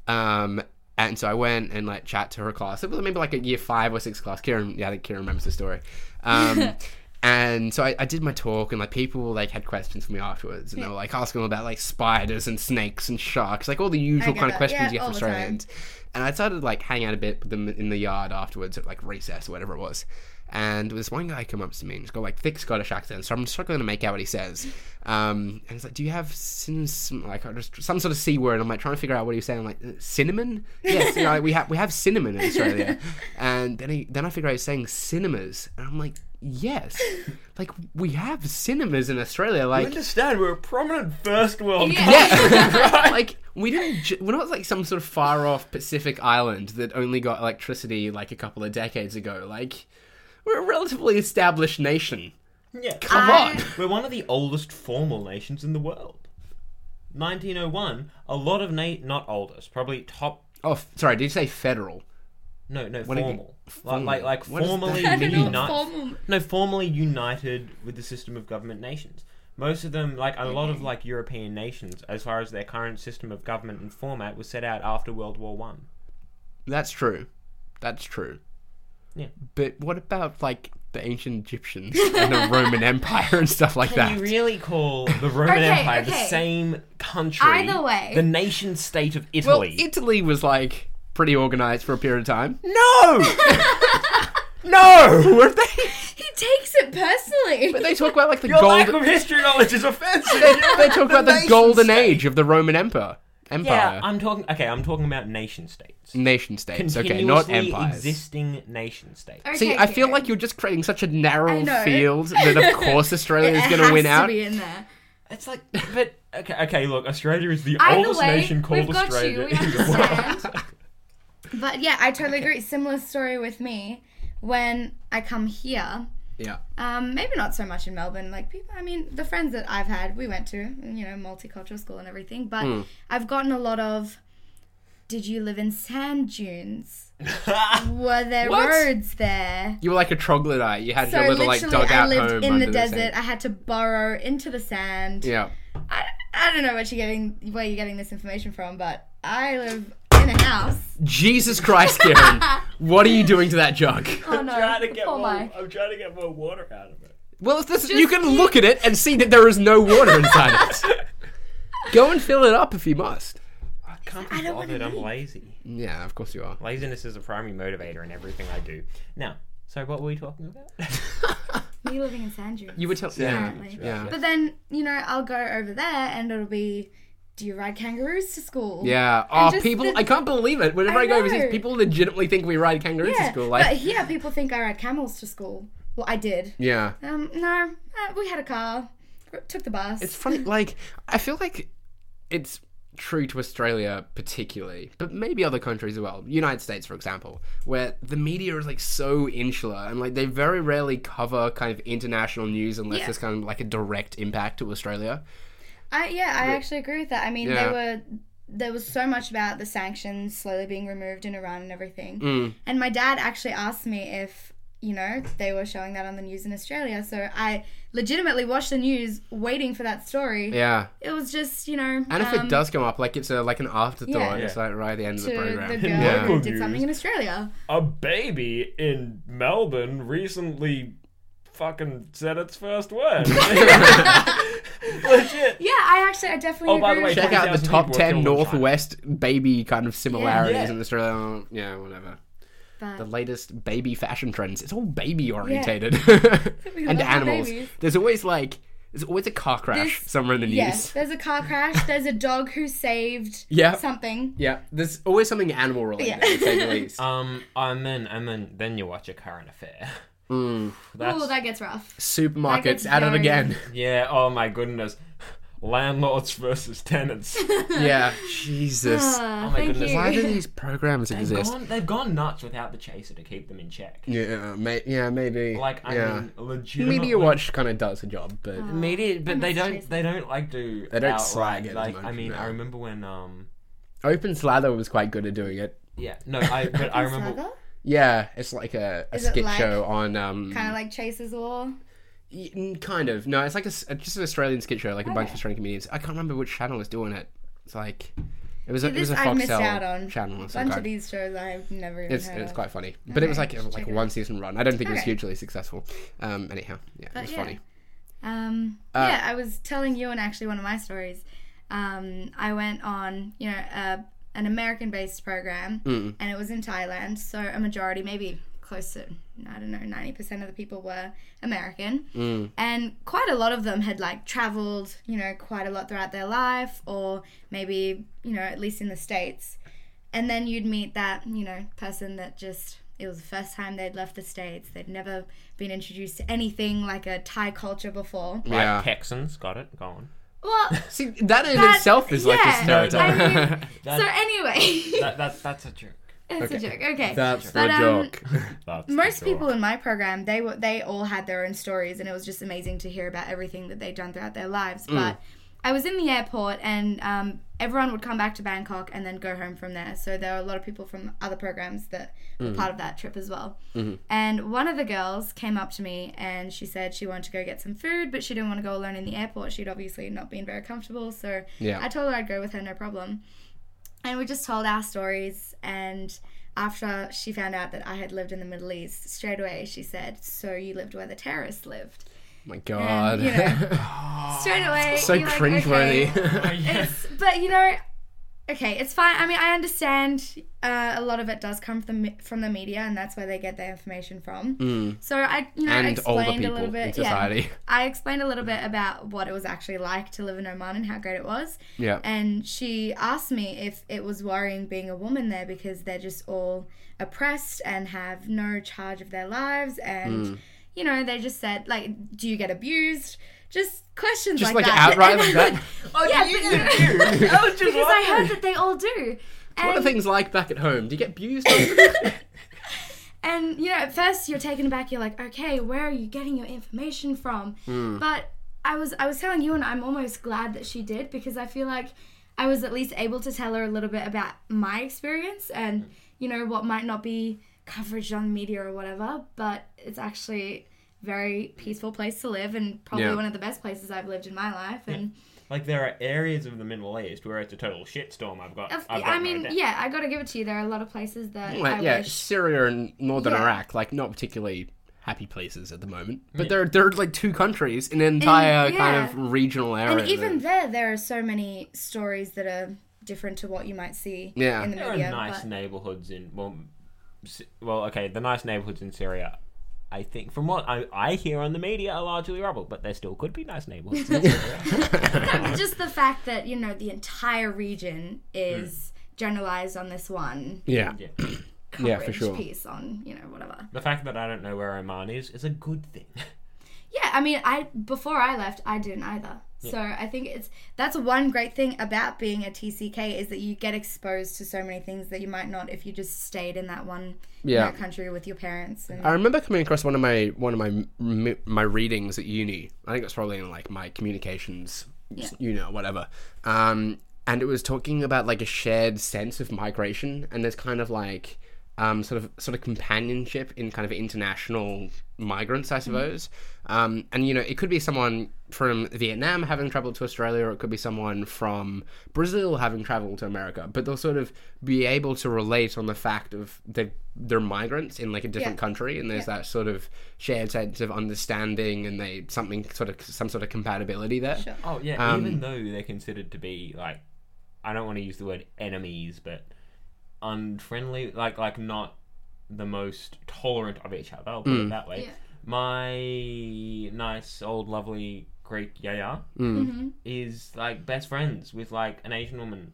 Um, And so I went and like chat to her class. It was maybe like a year five or six class. Kieran, yeah, I think Kieran remembers the story. *laughs* Um, and so I, I did my talk, and like people like had questions for me afterwards, and they were like asking about like spiders and snakes and sharks, like all the usual get kind of that. questions Yeah, you get all from the time. Australians. And I started like hanging out a bit with them in the yard afterwards at like recess or whatever it was. And this one guy come up to me and he's got like thick Scottish accent, so I'm struggling to make out what he says. Um, and he's like, "Do you have sin- some, like or just some sort of c word?" I'm like trying to figure out what he was saying. I'm like, "Uh, "Cinnamon? Yes, you know, we have we have cinnamon in Australia." and then he then I figure out he's saying cinemas, and I'm like, "Yes, like we have cinemas in Australia." Like understand we're a prominent first *laughs* world Yeah. yeah. like we didn't. Ju- we're not like some sort of far off Pacific island that only got electricity like a couple of decades ago. Like we're a relatively established nation. Yeah. Come I- on. We're one of the oldest formal nations in the world. 1901, a lot of na- not oldest, probably top Oh, f- sorry. Did you say federal? no, no, did you- formal. formal. Like like, like What does formally that I don't know united. what formal. No, formally united with the system of government nations. Most of them, like a lot of like European nations, as far as their current system of government and format, was set out after World War One. That's true. That's true. Yeah. But what about like the ancient Egyptians and the Roman *laughs* Empire and stuff like Can that? you really call the Roman Okay, Empire the okay. same country? Either way. the nation state of well, Italy. Italy was like pretty organized for a period of time. *laughs* no, no. Were they? He takes it personally. They talk about like the Your lack golden. of history knowledge is offensive. *laughs* They, *laughs* they talk about the nation golden state. age of the Roman Empire. Empire. Yeah, I'm talking. Okay, I'm talking about nation states. nation states, okay, Continuously not empires. existing nation states. Okay, See, I feel Kieran. like you're just creating such a narrow I know. field that, *laughs* of course, Australia is It going has to win out. be in there. It's like, but okay, okay. Look, Australia is the Either oldest way, nation called we've got Australia you. We in the world. *laughs* understand. but yeah, I totally agree. Similar story with me when I come here. Yeah, Um, maybe not so much in Melbourne. Like people, I mean, the friends that I've had, we went to, you know, multicultural school and everything. But Hmm. I've gotten a lot of, did you live in sand dunes? Were there What? roads there? you were like a troglodyte. You had So your little like literally, dog I out lived home in under the desert. sand. I had to borrow into the sand. Yeah, I, I don't know what you're getting, where you're getting this information from, but I live in a house. Jesus Christ, Kieran, what are you doing to that jug? *laughs* Oh no, poor Mike. I'm trying to get more water out of it. Well, this, you can look at it and see that there is no water inside it. Go and fill it up if you must. I can't I be don't bothered. wanna I'm leave. lazy. Yeah, of course *laughs* you are. Laziness is a primary motivator in everything I do. Now, so what were we talking about? Me living in sand dunes. You were telling. Yeah, apparently. yeah, But then, you know, I'll go over there and it'll be, do you ride kangaroos to school? yeah. Oh, just people! the- I can't believe it. Whenever I, I go overseas, know. people legitimately think we ride kangaroos Yeah, to school. Like, but here people think I ride camels to school. Well, I did. yeah. Um, no, uh, we had a car, took the bus. It's funny, like I feel like it's true to Australia particularly, but maybe other countries as well. United States, for example, where the media is like so insular and like they very rarely cover kind of international news unless Yeah. there's kind of like a direct impact to Australia. I, yeah, I actually agree with that. I mean, Yeah. they were there was so much about the sanctions slowly being removed in Iran and everything. Mm. And my dad actually asked me if you know they were showing that on the news in Australia. So I legitimately watched the news, waiting for that story. Yeah, It was just you know, and if um, it does come up, like it's a, like an afterthought. Yeah. It's like right at the end of to the the, program. girl *laughs* yeah. who Local did something in Australia. *laughs* A baby in Melbourne recently fucking said its first word. *laughs* Legit. Yeah, I actually, I definitely Oh, by the agree. way, with Check that. out the 20,000 top people ten killed in North China. West baby kind of similarities Yeah. in Australia. Yeah, whatever. But- the latest baby fashion trends. It's all *laughs* baby orientated We love *laughs* and the animals. babies. There's always like there's always a car crash This- somewhere in the news. Yes, there's a car crash. There's a dog who saved Yeah. something. Yeah, there's always something animal related. Yeah. Uh, to say the *laughs* least. Um, I'm in, I'm in. Then you watch a current affair. Mm. That's Oh, that gets rough. Supermarkets Like a at it very- *laughs* again. yeah. Oh my goodness. Landlords versus *laughs* tenants. yeah, Jesus. Ah, Oh my thank goodness. you. Why *laughs* do these programs They've exist? gone, they've gone nuts without the chaser to keep them in check. Yeah, may- yeah, maybe. Like I yeah. mean, legitimately. Media Watch kind of does a job, but Ah. Media, but they miss don't. Chaser. They don't like do. They don't outright, slag it as Like much, I mean, no. I remember when. Um. Open Slather was quite good at doing it. *laughs* Yeah. No. I. But I remember. Saga? Yeah, it's like a, a Is it skit like- show on um, Kind of like Chase's War. Y- mm, Kind of. No, it's like a, s- just an Australian skit show, like a bunch of Australian comedians. I can't remember which channel was doing it. It's like It was a, See, it was this a I've missed out Foxtel on. channel. a of some bunch of kind. these shows I've never even It's, heard it's of. quite funny, but it was like Okay, it was like check a it out. one season run. I don't think it was Okay. hugely successful. Um, anyhow, yeah, it But was yeah. funny. Um, Uh, yeah, I was telling you and actually one of my stories. Um, I went on, you know, uh, an American-based program, and it was in Thailand. So a majority, maybe close to, I don't know, ninety percent of the people were American, and quite a lot of them had like traveled, you know, quite a lot throughout their life, or maybe, you know, at least in the states. And then you'd meet that, you know, person that just it was the first time they'd left the states. They'd never been introduced to anything like a Thai culture before. *laughs* Like Yeah. Texans, got it, go on. Well, See, that in That- itself is like a yeah, stereotype. I *laughs* mean, That- so eh, anyway, That, that, that's a joke. it's Okay. a joke. Okay, That's But, the um, joke. *laughs* That's a most joke. people *laughs* in my program they were they all had their own stories and it was just amazing to hear about everything that they'd done throughout their lives Mm. but i was in the airport and um, everyone would come back to bangkok and then go home from there so there were a lot of people from other programs that Mm. were part of that trip as well Mm-hmm. and one of the girls came up to me and she said she wanted to go get some food but she didn't want to go alone in the airport she'd obviously not been very comfortable so Yeah. i told her i'd go with her no problem and we just told our stories and after she found out that I had lived in the Middle East, straight away she said, "So you lived where the terrorists lived." my God, you know, Straight away, *laughs* so you're like, cringeworthy. "Okay." It's, but you know, okay, it's fine. I mean, I understand uh, a lot of it does come from the, from the media, and that's where they get their information from. So I, you know, Mm. and older explained a people little in bit. Yeah, society. I explained a little bit about what it was actually like to live in Oman and how great it was. *laughs* Yeah. And she asked me if it was worrying being a woman there because they're just all oppressed and have no charge of their lives. And, Hmm. you know, they just said, like, do you get abused? Just questions Just like, like that. *laughs* outright And like I'm that? like, yeah, but- *laughs* because I heard that they all do. what are And, things like back at home? Do you get *coughs* abused? and, you know, at first you're taken aback. You're like, okay, where are you getting your information from? Hmm. But I was, I was telling you, and I'm almost glad that she did because I feel like I was at least able to tell her a little bit about my experience and Hmm. you know what might not be coverage on media or whatever. But it's actually a very peaceful place to live and probably Yeah. one of the best places I've lived in my life. And Like there are areas of the Middle East where it's a total shitstorm. I've got. if- I've got I no mean, doubt. yeah, I got to give it to you. There are a lot of places that Like, I yeah, wish Syria and northern Yeah. Iraq, like not particularly happy places at the moment. But there, are, there are like two countries in an entire kind Mm. yeah. of regional area. And even that- there, there are so many stories that are different to what you might see Yeah. in the there are media. nice but- neighborhoods in well, S- well, okay, the nice neighborhoods in Syria. I think from what I, I hear on the media are largely rubble, but there still could be nice neighborhoods. in Syria. But *laughs* just the fact that you know the entire region Hmm. is generalized on this one *coughs* yeah. Yeah. coverage Yeah, for sure. piece on you know whatever. The fact that I don't know where Oman is is a good thing. Yeah, I mean, I before I left, I didn't either. So I think it's that's one great thing about being a TCK is that you get exposed to so many things that you might not if you just stayed in that one you Yeah. know, country with your parents. And, I remember coming across one of my one of my m- my readings at uni. I think it's probably in like my communications, you know, whatever. Um, and it was talking about like a shared sense of migration, and there's kind of like um, sort of sort of companionship in kind of international migrants, I suppose. Um, and you know, it could be someone from Vietnam having traveled to Australia, or it could be someone from Brazil having traveled to America. But they'll sort of be able to relate on the fact of they they're migrants in like a different Yeah. country, and there's that sort of shared sense of understanding, and they something sort of some sort of compatibility there. Sure. Oh yeah, even though they're considered to be like, I don't want to use the word enemies, but unfriendly, like like not the most tolerant of each other. I'll put it that way. Yeah. My nice old lovely Greek yaya Hmm. Mm. Mm-hmm. is like best friends with like an Asian woman,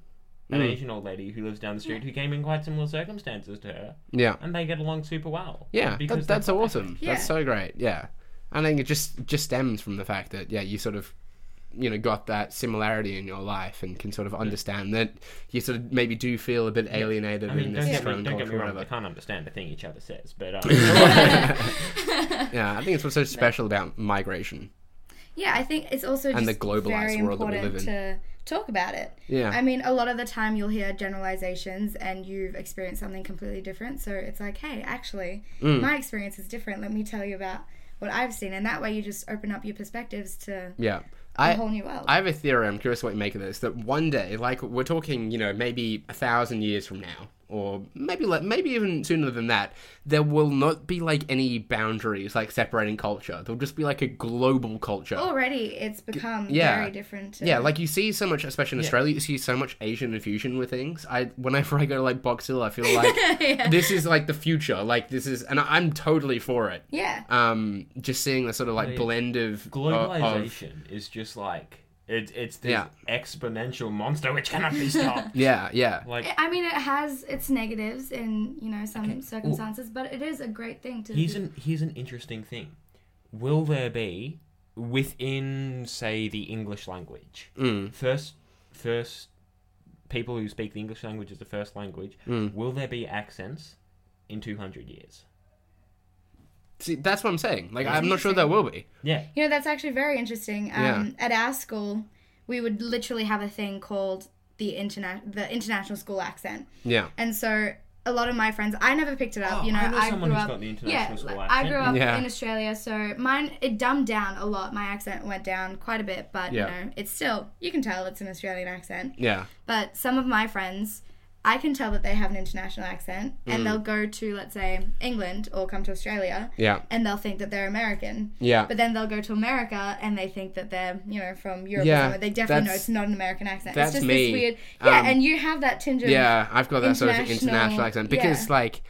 an Hmm. Asian old lady who lives down the street who came in quite similar circumstances to her, Yeah. and they get along super well. Yeah, because that, that's they're- so awesome. Yeah. That's so great. Yeah, I think it just just stems from the fact that yeah, you sort of you know got that similarity in your life and can sort of understand that you sort of maybe do feel a bit alienated I mean, in don't this get, me, foreign don't culture get me or wrong, I whatever. can't understand a thing each other says, but *laughs* Uh, um, Yeah, I think it's what's so special about migration. Yeah, I think it's also just the globalized very world that we important live to talk about it. Yeah. I mean, a lot of the time you'll hear generalizations and you've experienced something completely different. So it's like, hey, actually, Mm. my experience is different. Let me tell you about what I've seen, and that way you just open up your perspectives to Yeah. a I- whole new world. I have a theory. I'm curious what you make of this. That one day, like we're talking, you know, maybe a thousand years from now, or maybe le- maybe even sooner than that, there will not be like any boundaries like separating culture. There'll just be like a global culture. Already, it's become yeah. very different. to- Yeah, like you see so much, especially in Australia, you see so much Asian infusion with things. I whenever I go to like Boxhill, I feel like *laughs* Yeah. this is like the future. Like this is, and I- I'm totally for it. yeah. Um, just seeing the sort of like yeah. blend of of- of Globalization is just like it, it's this Yeah. exponential monster which cannot be *laughs* stopped. yeah, yeah. like I- I mean, it has its negatives in you know some circumstances, but it is a great thing to. here's an here's an interesting thing. Will there be within say the English language Mm. first first people who speak the English language as the first language? Mm. Will there be accents in two hundred years? See, that's what I'm saying. Like, That's I'm not sure there will be. Yeah, You know, that's actually very interesting. Um, Yeah. At our school, we would literally have a thing called the interna- the international school accent, Yeah. and so a lot of my friends, I never picked it up. Oh, you know, I know I someone grew who's up. got the yeah, international school like, I grew accent. up Yeah. in Australia, so mine it dumbed down a lot. My accent went down quite a bit, but Yeah. you know, it's still you can tell it's an Australian accent. Yeah. But some of my friends, I can tell that they have an international accent, Mm. and they'll go to let's say England or come to Australia, Yeah. and they'll think that they're American. Yeah. But then they'll go to America and they think that they're, you know, from Europe Yeah, or somewhere. They definitely know that's- it's not an American accent. that's it's just me. this weird. Yeah, Um, and you have that tinge of. yeah, I've got that sort of international- international accent because, like,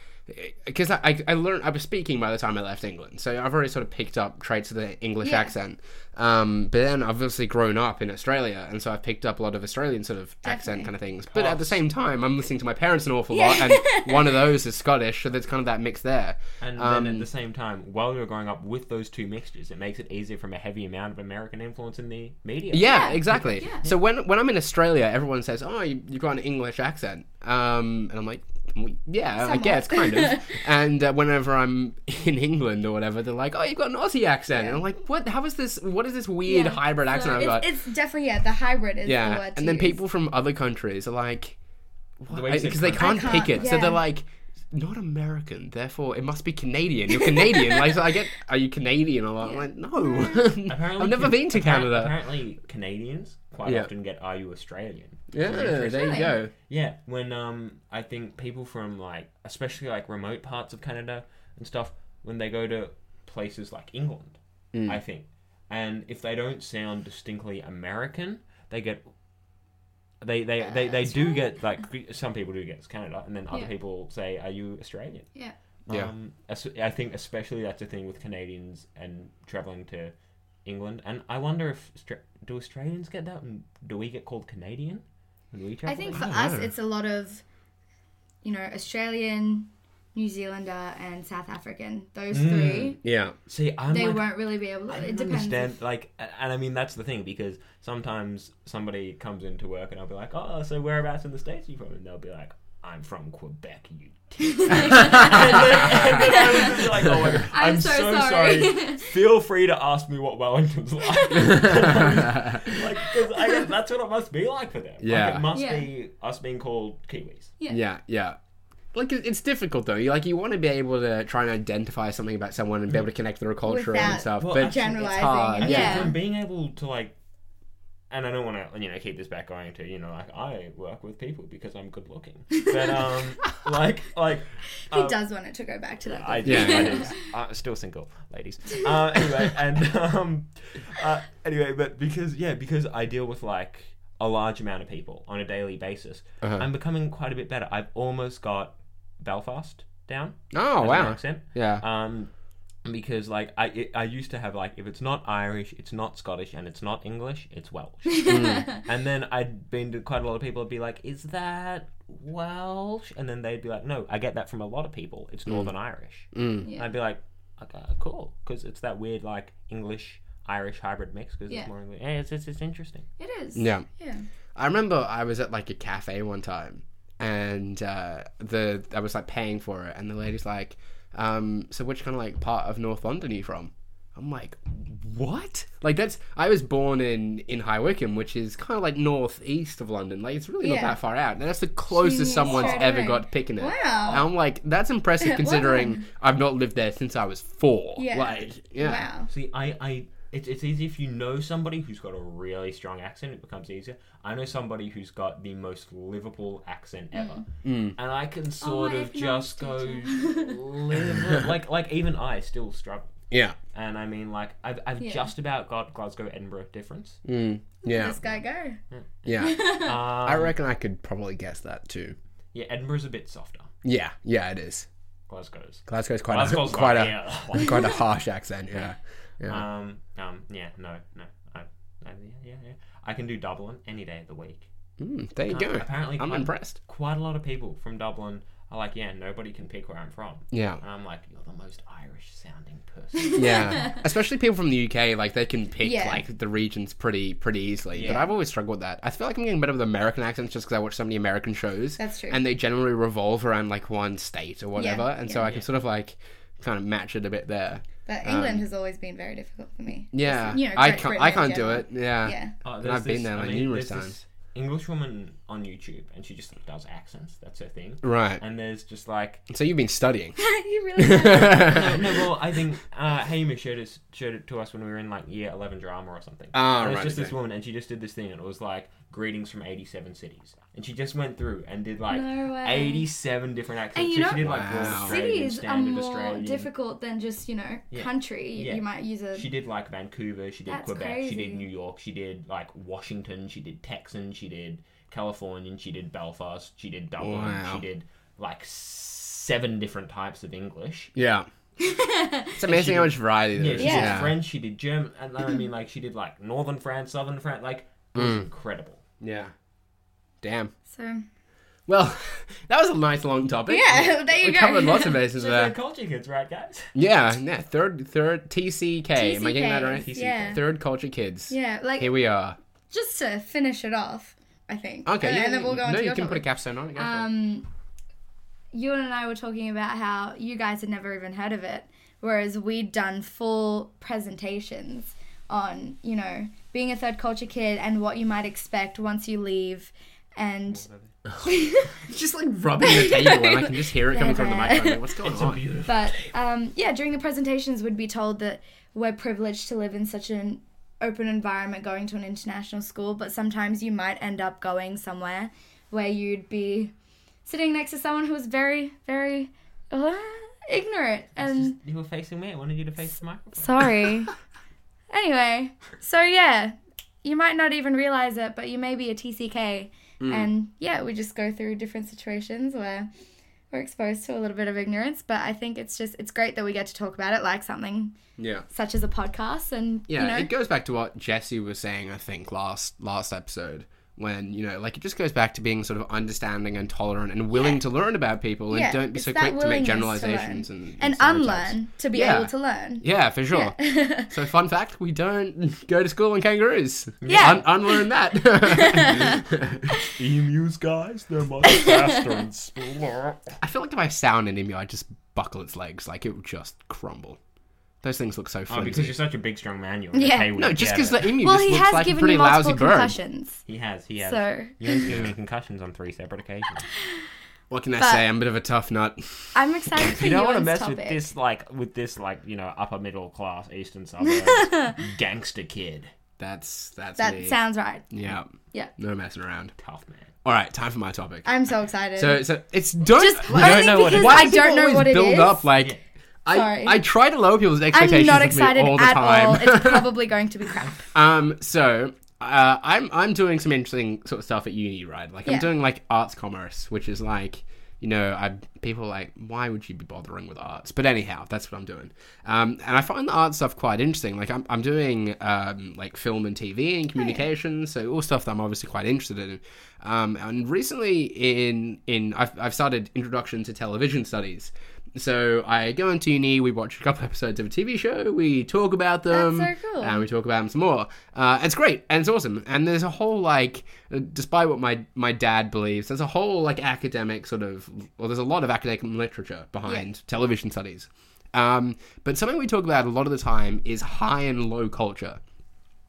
because I, I, I learned I was speaking by the time I left England, so I've already sort of picked up traits of the English Yeah. accent. Um, but then I've obviously grown up in Australia, and so I've picked up a lot of Australian sort of accent Definitely. kind of things. But at the same time, I'm listening to my parents an awful Yeah. *laughs* lot, and one of those is Scottish, so there's kind of that mix there. and then Um, at the same time, while you're growing up with those two mixtures, it makes it easier from a heavy amount of American influence in the media. Yeah, Yeah. exactly. Yeah. So when when I'm in Australia, everyone says, "Oh, you, you've got an English accent," um, and I'm like, "Mm, "Yeah, I Somewhat." guess, *laughs* kind of." and uh, whenever I'm in England or whatever, they're like, "Oh, you've got an Aussie accent," and I'm like, "What? How is this? What is this weird Yeah. hybrid accent I've uh, it's, got?" it's definitely, yeah, the hybrid is the yeah, word. to and then use. people from other countries are like, way you said because they country. can't, I pick it, can't- so yeah. they're like. Not American, therefore it must be Canadian. You're Canadian. like so I get, are you Canadian? I'm like, no. *laughs* Apparently, I've never Can- been to appar- Canada. Apparently, Canadians quite Yeah. often get "Are you Australian?" yeah, there you Really? go. Yeah, when um, I think people from like, especially like remote parts of Canada and stuff, when they go to places like England, I think, and if they don't sound distinctly American, they get. They they, they, they That's do right. get like some people do get it's Canada and then other Yeah. people say are you Australian? Yeah. Yeah. Um, as- I think especially that's a thing with Canadians and traveling to England. And I wonder if Austra- do Australians get that? And do we get called Canadian when we travel? I think I for don't us, know. it's a lot of, you know, Australian, New Zealander, and South African. Those Mm. three, Yeah. See, I'm they like, won't really be able to. I it don't depends. understand. Like, a- and I mean that's the thing because sometimes somebody comes into work and I'll be like, "Oh, so whereabouts in the states are you from?" And they'll be like, "I'm from Quebec, you." *laughs* tit." and then, and then I would just be like, "Oh my god, I'm, I'm so, so sorry. sorry." *laughs* Feel free to ask me what Wellington's like." like, 'cause I guess that's what it must be like for them. Like, Yeah. it must Yeah. be us being called Kiwis. Yeah. *laughs* Yeah, yeah. Like it- it's difficult though. You like you want to be able to try and identify something about someone and be able to connect their culture and Without stuff. Well, but actually, Generalizing. hard. and- I think Yeah. From being able to like, and I don't want to you know keep this back going to you know like I work with people because I'm good looking, *laughs* but um like like He um, does want it to go back to that. I thing. do, I do. I'm still single, ladies. Uh, *laughs* anyway, and um, uh, anyway, but because yeah, because I deal with like a large amount of people on a daily basis, Uh-huh. I'm becoming quite a bit better. I've almost got Belfast down. Oh as an wow. accent. Yeah. Um, because like I it, I used to have like if it's not Irish, it's not Scottish, and it's not English, it's *laughs* Welsh. Hmm. and then I'd been to quite a lot of people. would be like, is that Welsh? And then they'd be like, no, I get that from a lot of people. It's Northern Irish. Mm. And I'd be like, okay, cool, because it's that weird like English Irish hybrid mix. Because Yeah. it's more English. Yeah, it's, it's it's interesting. It is. Yeah. Yeah. I remember I was at like a cafe one time, and uh, the I was like paying for it, and the lady's like, um, "So which kind of like part of North London are you from?" I'm like, "What?" Like that's I was born in in High Wycombe, which is kind of like northeast of London. Like it's really not Yeah. that far out, and that's the closest knew someone's straight ever away. got picking it. Wow. And I'm like, *laughs* that's impressive Wow. considering I've not lived there since I was four. Yeah. Like, yeah, Wow. See, I I It's it's easy if you know somebody who's got a really strong accent. It becomes easier. I know somebody who's got the most Liverpool accent ever, Mm. and I can sort I of have no just go idea. Liverpool. like like even I still struggle. Yeah. And I mean, like I've I've Yeah. just about got Glasgow Edinburgh difference. Mm. Yeah. This guy go. Yeah. Um, *laughs* I reckon I could probably guess that too. yeah, Edinburgh's a bit softer. yeah. Yeah, it is. Glasgow's. Glasgow's quite Glasgow's a *laughs* quite like, a yeah. quite a harsh accent. Yeah. Yeah. *laughs* Um, um, yeah, no, no. I, I, yeah, yeah, yeah. I can do Dublin any day of the week. Mm, there you Uh, go. apparently I'm quite- impressed. Quite a lot of people from Dublin are like, yeah, nobody can pick where I'm from. Yeah. And I'm like, you're the most Irish sounding *laughs* *laughs* person. Yeah. Especially people from the UK, like they can pick Yeah. like the regions pretty pretty easily. But Yeah. I've always struggled with that. I feel like I'm getting better with American accents just because I watch so many American *laughs* shows. That's true. And they generally revolve around like one state or whatever, and so yeah. I can sort of like kind of match it a bit there. But England has always been very difficult for me. um, Yeah. you know, I Great can't Britain I in can't do general. it. Yeah. *laughs* Yeah. *laughs* Oh, I've been there, like, numerous there's this English woman on YouTube, and she just does accents. That's her thing. Right. And there's *laughs* just like, So you've *laughs* been studying. you really can. *laughs* no, no, well, I think uh, Hamish showed us showed it to us when we were in like year eleven drama or something. Ah, and it's right, just this okay. woman, and she just did this thing, and it was like greetings from eighty-seven cities, and she just went through and did like No way. eighty-seven different accents. And you so know, she did like Broad Wow. Australian, cities are standard more Australian. difficult than just you know Yeah. country. Yeah. You might use a She did like Vancouver, she did That's Quebec, she crazy. did New York, she did like Washington, she did Texan, she did Californian, she did Belfast, she did Dublin, Wow. she did like seven different types of English. *laughs* Yeah. it's amazing how much variety there Yeah, is. she did Yeah. French, she did German, and I mean, like, she did, like, Northern France, Southern France, like, it was incredible. yeah. Damn. so Well, *laughs* that was a nice long topic. yeah. *laughs* There you We go. covered lots of bases *laughs* So they're there. culture kids, right, *laughs* guys? Yeah, yeah. Third, third TCK. Am I getting that right? TCKs, yeah. Third culture kids. yeah, like Here we are. just to finish it off, I think. Okay. and, yeah, and then we'll go on no, to you your can put a topic. capstone on it. Go for it. um, you and I were talking about how you guys had never even heard of it, whereas we'd done full presentations on you know being a third culture kid and what you might expect once you leave, and It's *laughs* just like rubbing the table, and I can just hear it coming *laughs* from the There. microphone. Like, What's going It's a on? beautiful. But um, yeah, during the presentations, we'd be told that we're privileged to live in such an open environment going to an international school, but sometimes you might end up going somewhere where you'd be sitting next to someone who was very, very uh, ignorant and you were facing me. I wanted you to face the microphone. *laughs* sorry. anyway, so yeah, you might not even realize it, but you may be a TCK. Hmm. And yeah, we just go through different situations where we're exposed to a little bit of ignorance, but I think it's just it's great that we get to talk about it like something Yeah. such as a podcast and Yeah, you know it goes back to what Jesse was saying, I think, last last episode. When, you know, like it just goes back to being sort of understanding and tolerant and willing to learn about people and yeah, don't be so it's that quick to make willingness generalizations learn. and, and stereotypes. unlearn to be Yeah. able to learn. Yeah, for sure. Yeah. So, fun fact: we don't *laughs* go to school on kangaroos. Yeah. Un- *laughs* unlearn that. *laughs* Emus, guys, they're much faster and *laughs* I feel like if I sound an emu, I just buckle its legs, like it would just crumble. Those things look so Oh, because flimsy. you're such a big, strong man. *laughs* You're Yeah. okay with no, just it. because the *laughs* emu well, just he looks has like a given pretty you lousy multiple bird. concussions, he has, he has. so He's given me concussions on three separate occasions. What can I But- say? I'm a bit of a tough nut. I'm excited for You don't want want to mess topic. with this, like, with this, like, you know, upper middle class eastern suburbs *laughs* gangster kid. That's that's That me. sounds right. yeah, Yeah, no messing around. Tough man. All right, time for my topic. I'm so excited. so, so it's don't. Just Why only know what it because is. do I people don't know always what it is. build up like. I, Sorry. I try to lower people's I'm expectations not of me excited all the at time. all. *laughs* It's probably going to be crap. Um, so uh, I'm I'm doing some interesting sort of stuff at uni, right? Like I'm Yeah. doing like arts commerce, which is like you know, I people are like, why would you be bothering with arts? But anyhow, that's what I'm doing. Um, and I find the art stuff quite interesting. Like I'm I'm doing um, like film and TV and communications, so all stuff that I'm obviously quite interested in. Um, and recently in in I've I've started introduction to television studies. So I go into uni, we watch a couple episodes of a TV show, we talk about them, That's so cool. and we talk about them some more. Uh, it's great and it's awesome. And there's a whole like, uh, despite what my my dad believes, there's a whole like academic sort of, well, there's a lot of academic literature behind television studies. Um, but something we talk about a lot of the time is high and low culture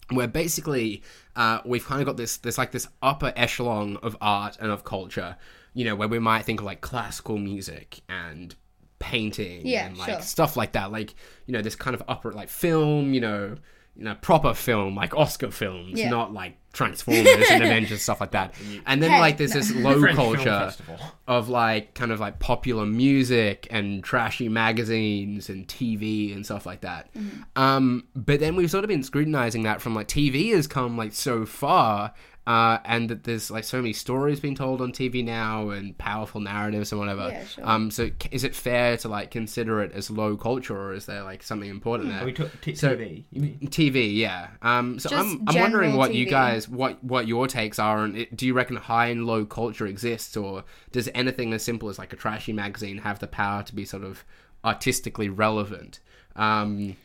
where basically uh, we've kind of got this this like this upper echelon of art and of culture, you know, where we might think of like classical music and painting Yeah, and like sure. stuff like that, like you know, this kind of upper like film, you know. you know, proper film, like Oscar films, Yeah. not like Transformers *laughs* and Avengers stuff like that. And then Hey, like there's *laughs* no. this low French Film culture Festival. of like kind of like popular music and trashy magazines and TV and stuff like that. Mm-hmm. Um, but then we've sort of been scrutinizing that from like TV has come like so far. Uh, and that there's like so many stories being told on TV now and powerful narratives and whatever. Yeah, sure. Um, so c- is it fair to like consider it as low culture or is there like something important there? Are we took t- So- TV. You mean? TV, yeah. Um, so Just I'm, I'm wondering general what you TV. guys, what what your takes are, and it, do you reckon high and low culture exists, or does anything as simple as like a trashy magazine have the power to be sort of artistically relevant? Um,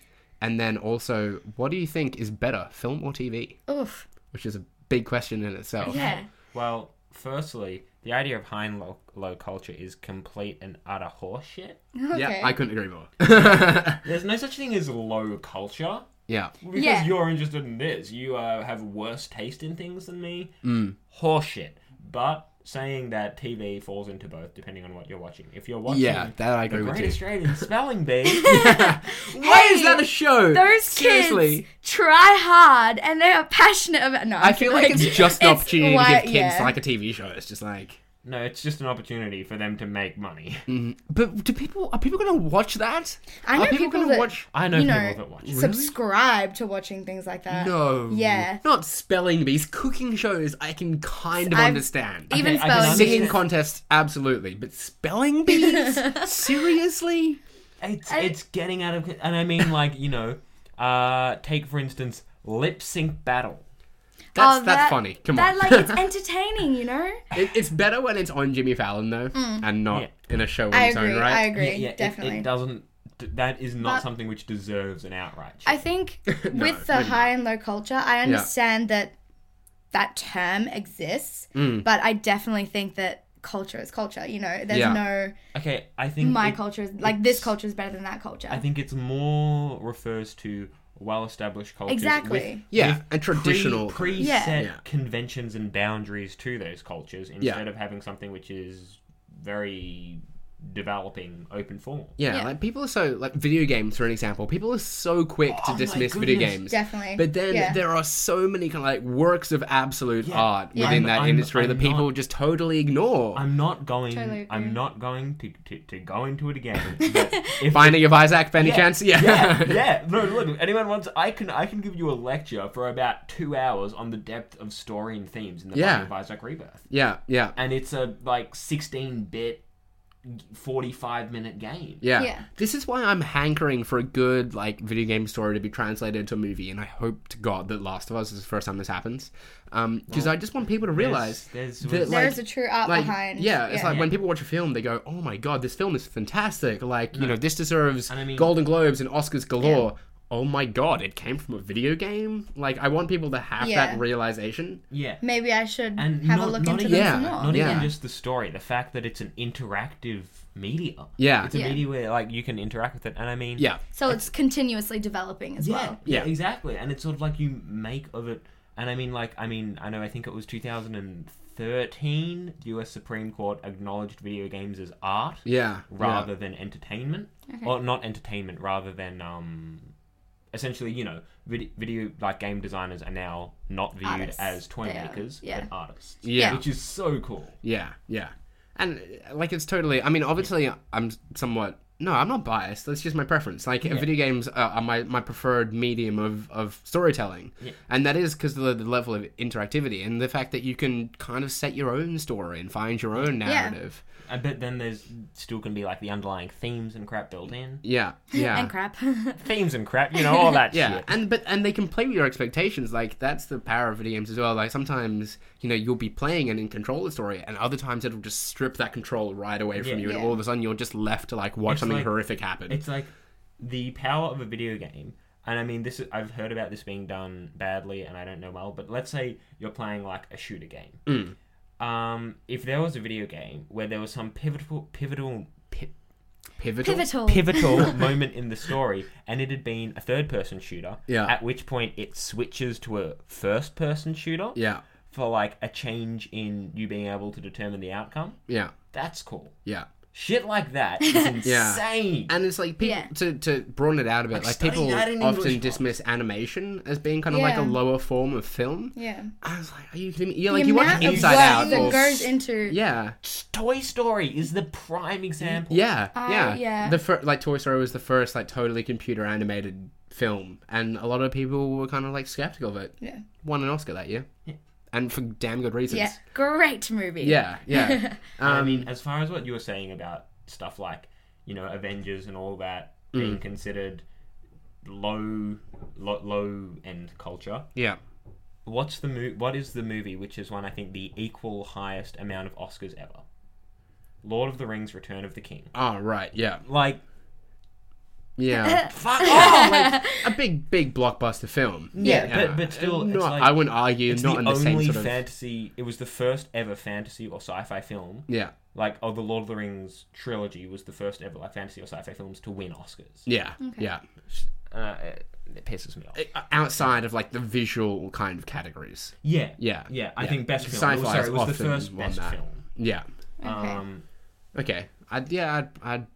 and then also, what do you think is better, film or TV? Oof. Which is a big question in itself. Yeah. Well, firstly, the idea of high and low, low culture is complete and utter horseshit. Okay. Yeah, I couldn't agree more. *laughs* There's no such thing as low culture yeah, because Yeah. you're interested in this. You uh, have worse taste in things than me. Mm. Horseshit. But saying that TV falls into both depending on what you're watching. If you're watching yeah, that I the agree *laughs* with Great you. *laughs* Australian Spelling *laughs* Bee, Why is Hey, that a show? Those Seriously. kids try hard and they are passionate about. No, I feel like it's just an opportunity to why- give kids yeah. like a TV show. It's just like. no, it's just an opportunity for them to make money. But do people are people gonna watch that? I know are people, people gonna that- watch? I know You people know, that watch. it. subscribe to watching things like uh, that. No. Yeah. Not spelling bees, cooking shows. I can kind of I've- understand. Even Okay, I can spelling. understand. Singing contests, absolutely, but spelling *laughs* bees? Seriously? It's it's getting out of and *laughs* I mean like you know, uh, take for instance lip sync battle. That's Oh, that's that- funny. Come that, on. like *laughs* it's entertaining, you know. it, it's better when it's on Jimmy Fallon though, and not Yeah. in a show on I its agree. own I right. agree. Yeah, yeah, it- definitely. It, doesn't. th- That is not But- something which deserves an outright. I shit. think *laughs* No, with the maybe high and low culture, I understand that that term exists, Mm. but I definitely think that culture is culture. You know, there's Yeah. no okay, I think my it- culture is like this culture is better than that culture. I think it's more refers to well-established cultures. Exactly. With, Yeah, with and traditional. pre, preset Yeah. Yeah. conventions and boundaries to those cultures instead of having something which is very developing open form. yeah, Yeah. like people are so like video games for an example. People are so quick Oh to my dismiss video goodness. games. definitely. But then yeah. there are so many kind of like works of absolute Yeah. art Yeah. within I'm- that I'm- industry I'm that people not- just totally ignore. I'm not going. Totally agree. I'm not going to, to, to go into *laughs* it again. but if Finding of Isaac, by any chance? *laughs* Yeah. yeah, yeah. No, look, if anyone wants, I can, I can give you a lecture for about two hours on the depth of story and themes in the Yeah. Binding of Isaac Rebirth, yeah, yeah, and it's a like sixteen bit, forty five minute game. yeah. Yeah. This is why I'm hankering for a good like video game story to be translated into a movie, and I hope to God that Last of Us is the first time this happens, because I just want people to realize there's- that, there's- there like, is a true art like, behind. Yeah, it's like when people watch a film, they go, "Oh my god, this film is fantastic! Like, you know, this deserves And I mean- Golden Globes and Oscars galore." Oh my god, it came from a video game. Like, I want people to have Yeah. that realization. Yeah. maybe I should And have not- a look not into even- them yeah, some more. Not Yeah. even just the story, the fact that it's an interactive media. Yeah, It's a Yeah. media where like you can interact with it, and I mean, yeah, so it's continuously developing as well. Yeah. yeah, exactly. And it's sort of like you make of it. And I mean, like, I mean, I know, I think it was 2013, the US Supreme Court acknowledged video games as art yeah. rather than entertainment. Or not entertainment, rather than, um, essentially, you know, video, video like, game designers are now not viewed Artists. as toy They are, makers, yeah. but artists. Yeah. Which is so cool. Yeah, yeah. And uh, like it's totally. I mean, obviously, I'm somewhat. No, I'm not biased. That's just my preference. Like, video games are, are my, my preferred medium of, of storytelling, and that is because of the, the level of interactivity and the fact that you can kind of set your own story and find your own Yeah. narrative. I bet then there's still going to be, like, the underlying themes and crap *laughs* built in. Yeah, yeah, And crap. *laughs* Themes and crap, you know, all that *laughs* yeah. shit. And but and they can play with your expectations. Like that's the power of video games as well. Like sometimes you know you'll be playing and in control of the story, and other times it'll just strip that control right away from Yeah. you, and Yeah. all of a sudden you're just left to like watch It's something like- horrific happen. It's like the power of a video game, and I mean this is I've heard about this being done badly, and I don't know well, but let's say you're playing like a shooter game. Mm. Um, if there was a video game where there was some pivotal, pivotal, pi- pivotal. Pivotal. pivotal moment in the story, and it had been a third-person shooter, Yeah. at which point it switches to a first-person shooter Yeah, for like a change in you being able to determine the outcome. yeah, That's cool. yeah. Shit like that is *laughs* insane. And it's like people Yeah. to, to broaden it out a bit, like, study people that in often English, dismiss animation as being kind of like a Yeah. lower form of film. Yeah. I was like, are you kidding me? Yeah, The like you watch amount of Inside work Out. that Or, goes into yeah. Toy Story is the prime example. Yeah, I- yeah, Uh, yeah. The fir- like Toy Story was the first like totally computer animated film, and a lot of people were kind of like skeptical of it. Yeah. Won an Oscar that year, and for damn good reasons. Yeah, great movie. yeah, *laughs* yeah. I um, mean, as far as what you were saying about stuff like, you know, Avengers and all that Mm. being considered low, low, low end culture. yeah. What's the mo- What is the movie which is one I think the equal highest amount of Oscars ever? Lord of the Rings: Return of the King. Oh right, yeah, Like, *laughs* yeah. *laughs* fuck off! Like, a big, big blockbuster film. Yeah, but- but still, And it's Uh, not- like- I wouldn't argue it's not the in the same only sort of. fantasy. It was the first ever fantasy or sci-fi film. Yeah, Like, oh, the Lord of the Rings trilogy was the first ever like fantasy or sci-fi films to win Oscars. yeah, yeah. Uh, it, it pisses me off. Uh, Outside of like the visual kind of categories. Yeah, Yeah, yeah. I yeah. think best film. Sci-fi Sci-fi sorry, is it was the often first won best that. film. Yeah. Okay. Um, Okay. I'd, yeah, I'd, I'd,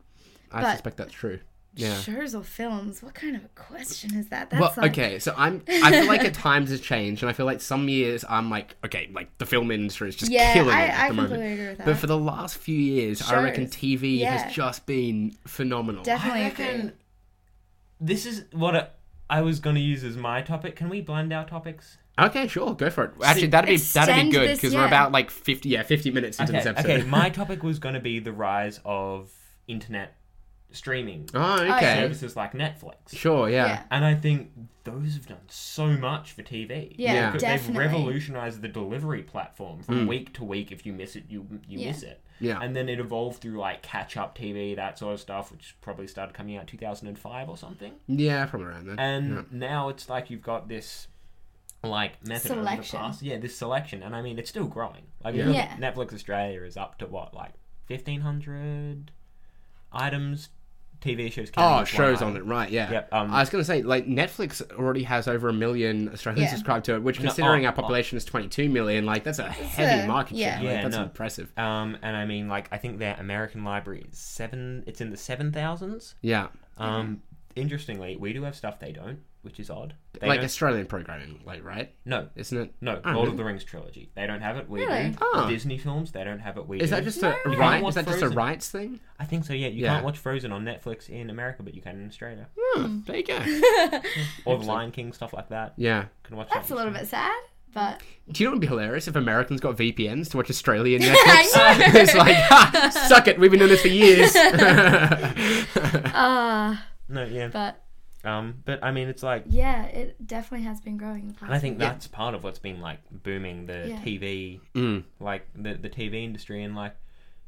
I But- suspect that's true. Yeah. Shows or films? What kind of a question is that? That's well, like, okay, so I'm. I feel like at times it's changed, and I feel like some years I'm like, okay, like the film industry is just Yeah, killing I- it at I the moment. completely agree with But that. for the last few years, I reckon Shows. TV Yeah. has just been phenomenal. Definitely. I agree. reckon this is what I I was going to use as my topic. Can we blend our topics? okay, sure, go for it. Actually, that'd be that'd be extend good this, because yeah. we're about like fifty, yeah, fifty minutes into Okay, this episode. *laughs* okay. My topic was going to be the rise of internet streaming oh, okay, yeah. services like Netflix, sure, yeah. Yeah. and I think those have done so much for TV. Yeah, Yeah. because definitely. they've revolutionized the delivery platform from week to week. If you miss it, you you Yeah. miss it. Mm. Yeah. and then it evolved through like catch up TV, that sort of stuff, which probably started coming out two thousand and five or something. Mm. Yeah, from around then. and now it's like you've got this like method over the Selection. past. Yeah, this selection, and I mean it's still growing. Like Yeah. you look Yeah. at Netflix Australia is up to what like fifteen hundred items, TV shows. Oh, shows on it, right? Yeah. Yep, um, I was gonna say, like Netflix already has over a million Australians Yeah. subscribed to it, which, No, considering oh, our oh. population is twenty-two million, like that's a heavy a- market yeah. share. Like, Yeah, that's no. impressive. Um, and I mean like I think their American library is seven. It's in the seven thousands. Yeah, Um, interestingly, we do have stuff they don't, which is odd. They like don't- Australian programming, like right, no. isn't it? No, Oh, Lord really? of the Rings trilogy. They don't have it. We Really? do. Oh. The Disney films. They don't have it. We Is do. that just a No. right? Watch Is that just a Frozen. rights thing? I think so. Yeah, you Yeah. can't watch Frozen on Netflix in America, but you can in Australia. Hmm, there you go. *laughs* Or The Lion King stuff like that. You yeah. can watch. That's that. a little bit sad, but Do you know what would be hilarious if Americans got VPNs to watch Australian Netflix? *laughs* I know. *laughs* it's like, ha, suck it. We've been doing this *laughs* for years. *laughs* uh No, yeah. but Um, but I mean, it's like, yeah, it definitely has been growing. The past and I think few- that's part of what's been like booming the Yeah. TV, Mm. like the the TV industry, and like,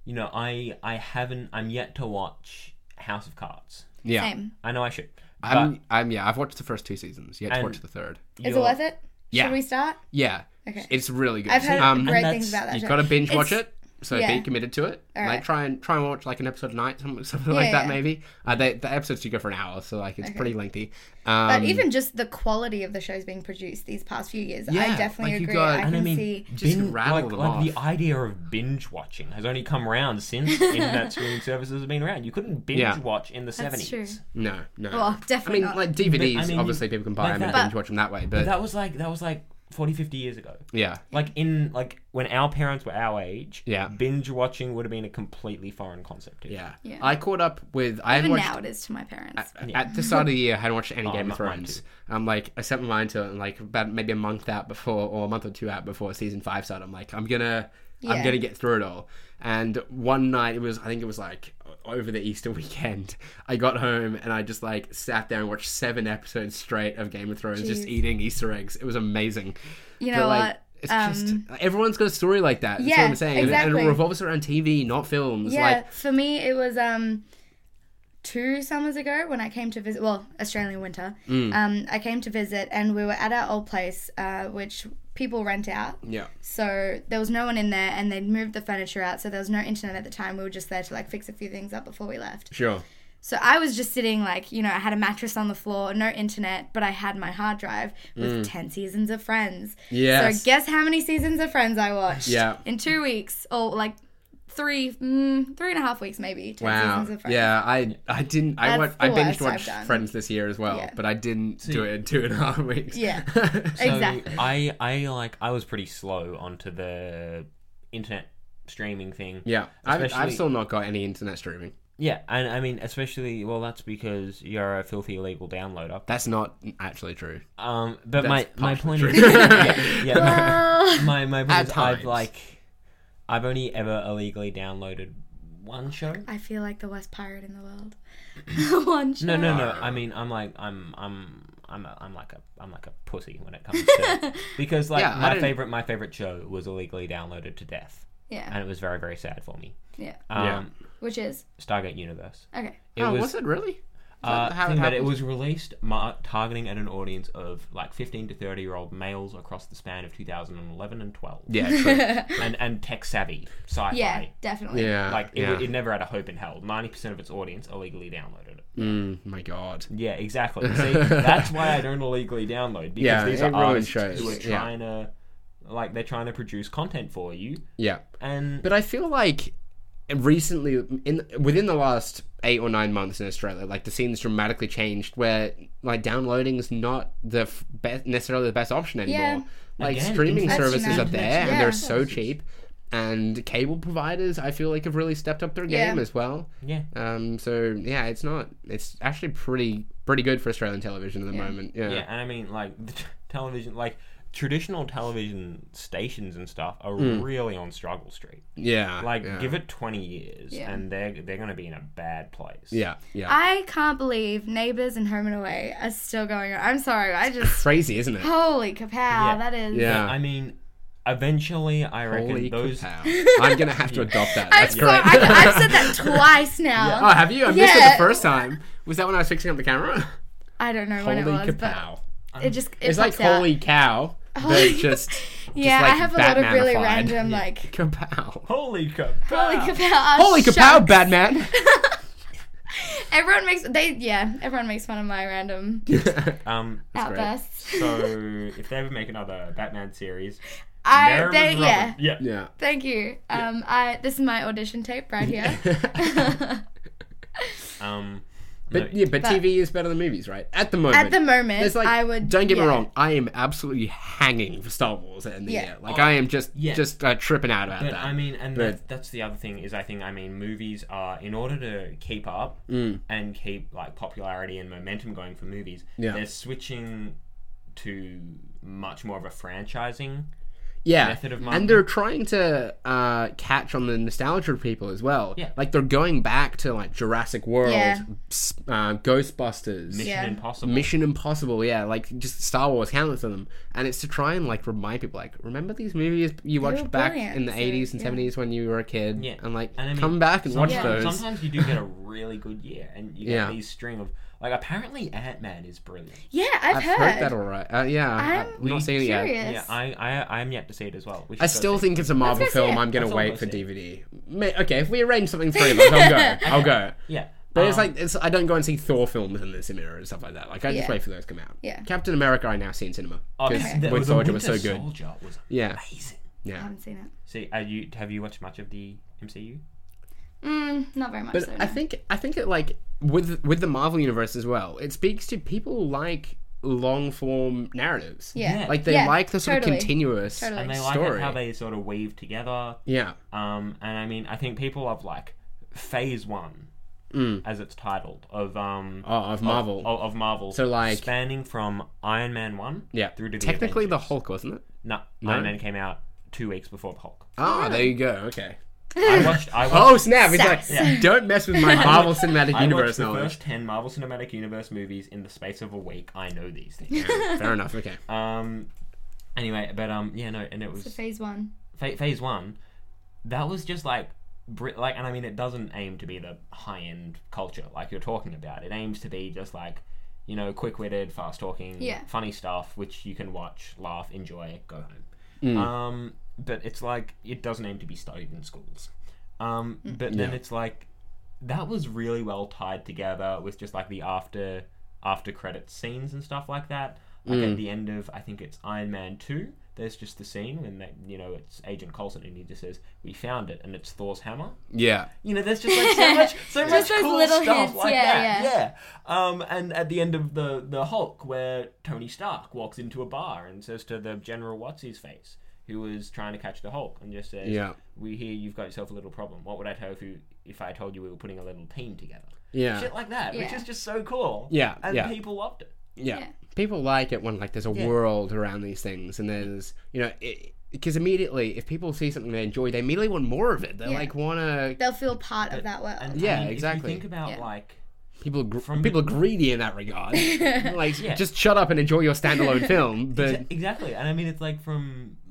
you know, I I haven't, I'm yet to watch House of Cards. yeah. same. I know I should. But I'm, I'm. Yeah. I've watched the first two seasons. Yet to And- watch the third. Is it you're- worth it? Yeah. Should we start? Yeah. Okay. It's really good. I've heard um, great and things that's- about that. you've show. got to binge watch It's- it. So yeah. be committed to it. All Like right. try and try and watch like an episode a night, *laughs* some- something like Yeah, that yeah. maybe. Uh, they, the episodes do go for an hour, so like it's pretty lengthy. Um, But even just the quality of the shows being produced these past few years, I Yeah, definitely like you agree. got- I and can And I mean, see. Just bin- rattle like, them like the off. idea of binge watching has only come around since *laughs* internet streaming services have been around. You couldn't binge Yeah. watch in the That's true. seventies. no, no. Well, I definitely mean, not. like DVDs, But, I mean, obviously people can buy like them and that- binge watch them that way. But, That was like that was like 40, 50 years ago. yeah, Like in like when our parents were our age, Yeah. binge watching would have been a completely foreign concept. to you. yeah, Yeah. I caught up with. I Even haven't watched now, it is to my parents. at the start of the year, I hadn't watched any Oh, Game mi- of mine Thrones. I'm like, I set my mind to it, and like about maybe a month out before, or a month or two out before season five started. I'm like, I'm gonna, I'm Yeah. gonna get through it all. And one night, it was, I think it was like over the Easter *laughs* weekend. I got home and I just like sat there and watched seven episodes straight of Game of Thrones, just Jeez. eating Easter eggs. It was amazing. You But, know like, what? Um, It's just everyone's got a story like that. That's yeah, what I'm saying, And- and, exactly. it revolves around TV, not films. Yeah, Like, for me it was um two summers ago when I came to visit. Well, Australian winter. Um, I came to visit and we were at our old place, uh, which people rent out. yeah, So there was no one in there, and they'd moved the furniture out, so there was no internet at the time. We were just there to like fix a few things up before we left. sure. So I was just sitting like, you know, I had a mattress on the floor, no internet, but I had my hard drive with ten seasons of Friends. Yes. So guess how many seasons of Friends I watched? Yeah. In two weeks, or like three, mm, three and a half weeks maybe. To Wow. Seasons of Friends. Yeah, I I didn't. I That's watched. the I worst binged I've watched done. Friends this year as well, Yeah. but I didn't do it in two and a half weeks. *laughs* Yeah. So Exactly. I I like I was pretty slow onto the internet streaming thing. yeah. I've, I've Especially- still not got any internet streaming. Yeah, and I mean especially well that's because you're a filthy illegal downloader. That's not actually true. Um but That's my my partially point is *laughs* true. yeah, yeah, Well, my my point At is I've times. like I've only ever illegally downloaded one show. *laughs* I feel like the worst pirate in the world. *laughs* One No, shot. no, no. I mean, I'm like, I'm, I'm, I'm, a, I'm like a, I'm like a pussy when it comes to because like Yeah, I my don't- favorite, my favorite show was illegally downloaded to death, Yeah. and it was very, very sad for me. Yeah. Um, Yeah. Which is Stargate Universe. okay. It oh, was, was, it really? Is that uh, how it thing that it happened? was released mar- targeting at an audience of like 15 to 30 year old males across the span of 2011 and 12. *laughs* Yeah. True. and and tech savvy sci-fi. Yeah, definitely. yeah. Like it, yeah. it never had a hope in hell. 90% of its audience illegally downloaded it. Mm, my God. Yeah, *laughs* exactly. See, that's why I don't illegally download because Yeah, these it are really artists shows, who are yeah. trying to, like, they're trying to produce content for you, Yeah. and But I feel like recently, in within the last eight or nine months in Australia, like the scene's dramatically changed. Where like downloading is not the f- best, necessarily the best option anymore. Yeah. Like Again, streaming internet services are services. there Yeah. and they're so Services. cheap, and cable providers I feel like have really stepped up their Yeah. game as well. yeah, Um, so yeah, it's not. It's actually pretty pretty good for Australian television at the Yeah. moment. yeah, Yeah. and I mean, like, *laughs* the t- television, like, traditional television stations and stuff are really on *laughs* struggle street. Yeah. Like, Hmm. yeah. give it twenty years, Yeah. and they're they're gonna be in a bad place. Yeah. Yeah. I can't believe Neighbours and Home and Away are still going on. I'm sorry. I just Crazy, isn't it? holy kapow. Yeah. That is. Yeah. I mean, eventually, I reckon Holy those. *laughs* kapow. I'm gonna have to adopt that. I'm That's sorry. great. I, I've *laughs* said that twice now. Oh, have you? I missed it Yeah. the first time. Was that when I was fixing up the camera? I don't know when Holy it was, kapow. but it just it It's like pops out. holy cow, but Holy- just *laughs* yeah, like I have a lot of really Batmanified. random like kapow. Holy cow! *laughs* holy uh, kapow. Holy shucks. kapow, Batman! *laughs* Everyone makes they yeah. Everyone makes fun of my random Um, That's great. outbursts. so if they ever make another Batman series, *laughs* I Merriman's they, Robin. yeah. yeah, yeah. Thank you. Um, I this is my audition tape right *laughs* here. *laughs* Um, no, But yeah, but, But- TV is better than movies, right? At the moment. At the moment, It's like, I would. don't get yeah. me wrong, I am absolutely hanging for Star Wars at the end of the Yeah. year. Like I am just Yeah. just uh, tripping out about but that. I mean, and But- that's, that's the other thing is I think I mean movies are in order to keep up Mm. and keep like popularity and momentum going for movies, Yeah. they're switching to much more of a franchising. yeah, method of and marketing. they're trying to uh, catch on the nostalgia of people as well. Yeah. like they're going back to like Jurassic World, Yeah. s- uh, Ghostbusters, Mission Yeah. Impossible. Mission Impossible, yeah, like just Star Wars, countless of them, and it's to try and like remind people, like, remember these movies you were watched back brilliant, in the so, eighties and yeah. seventies when you were a kid, Yeah. and like And I mean, come back and watch Some- sometimes- those. Sometimes you do get a really good year, and you get Yeah. these string of like apparently Ant Man is brilliant. Yeah, I've, I've heard. heard that all right. Uh, yeah, I'm I'm not seeing it yet. Curious. Yeah, I I I'm yet to see it as well. We should I go still see it. think it's a Marvel go see film. it. I'm gonna Let's all wait go for see DVD. May, okay, if we arrange something for three of us, I'll *laughs* go. I'll go. yeah, But it's Ah. um, like it's, I don't go and see Thor films in the cinema and stuff like that. Like I just Yeah. wait for those to come out. Yeah. Captain America I now see in cinema oh, because the- the Winter Soldier was so Winter good. Soldier was Yeah, amazing. I yeah. haven't seen it. See, are you have you watched much of the MCU? Mm, not very much. But so, no. I think I think it like with with the Marvel universe as well. It speaks to people like long form narratives. Yeah. Like they Yeah, like the sort totally. of continuous. Totally. And they like Story. it how they sort of weave together. Yeah. Um, and I mean, I think people have like Phase One, as it's titled, of um Oh, Mm. of Marvel. of, of Marvel. So, like- spanning from Iron Man One, yeah. through to the Technically the Avengers. Hulk wasn't it? no, Iron Man came out two weeks before *laughs* the Hulk. Ah, there you go. Okay. I watched. I watched. Oh snap! It's like Sass. don't mess with *laughs* my Marvel Cinematic I Universe watched the knowledge. first ten Marvel Cinematic Universe movies in the space of a week. I know these things. Fair enough. *laughs* Okay. um, anyway, but um, yeah, no, and it was So phase one. Fa- phase one, that was just like Brit, like, and I mean, it doesn't aim to be the high end culture like you're talking about. It aims to be just like, you know, quick witted, fast talking, Yeah. funny stuff which you can watch, laugh, enjoy, go home. Um, but it's like it doesn't aim to be studied in schools. Um, but then Yeah. it's like that was really well tied together with just like the after after credits scenes and stuff like that. Like at the end of I think it's Iron Man two, There's just the scene when they, you know it's Agent Coulson and he just says, "We found it," and it's Thor's hammer. Yeah. You know, there's just like so much, *laughs* so much those cool little stuff hints, like yeah, that. Yeah. Um, and at the end of the the Hulk, where Tony Stark walks into a bar and says to the General What's His Face, who was trying to catch the Hulk, and just says, Yeah. we hear you've got yourself a little problem. What would I tell if you if I told you we were putting a little team together?" Yeah. Shit like that, which Yeah. is just so cool. Yeah, And yeah. people loved it. yeah. Yeah. People like it when like there's a world around these things, and there's you know because immediately if people see something they enjoy, they immediately want more of it. They Yeah. like wanna They'll feel part of that world. And Yeah, I mean, if you exactly. think about Yeah. like people gr- From- people are greedy in that *laughs* regard. like Yeah. just shut up and enjoy your standalone film. But Exa- exactly and i mean it's like from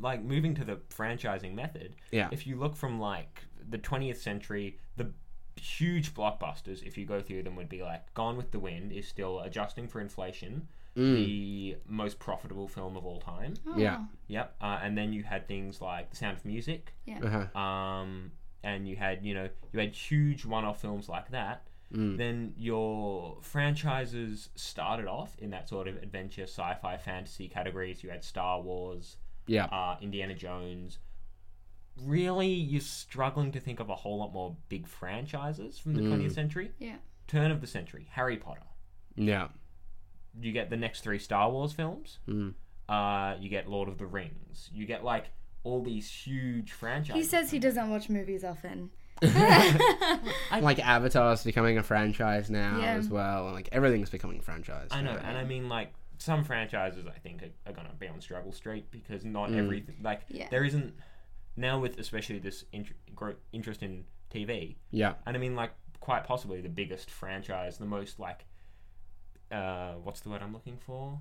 like moving to the franchising method Yeah. if you look from like the 20th century the huge blockbusters if you go through them would be like gone with the wind is still adjusting for inflation Hmm. mm, the most profitable film of all time Oh, yeah, yep uh, and then you had things like the sound of music Yeah. uh-huh. um, and you had you know you had huge one-off films like that Hmm. mm, then your franchises started off in that sort of adventure sci-fi fantasy categories you had star wars yeah, uh, indiana jones really you're struggling to think of a whole lot more big franchises from the 20th century Yeah. turn of the century harry potter yeah, you get the next three Star Wars films. mm. Uh, you get Lord of the Rings. You get like all these huge He franchises. says he doesn't watch movies *laughs* often. *laughs* like Avatar's becoming a franchise now Yeah. as well, and like everything's becoming a franchise. I know, now. and I mean like some franchises I think are, are gonna be on struggle street because not everything like Yeah. there isn't now with especially this int- gro- interest in TV. Yeah, And I mean, like, quite possibly the biggest franchise, the most, like, uh, what's the word I'm looking for?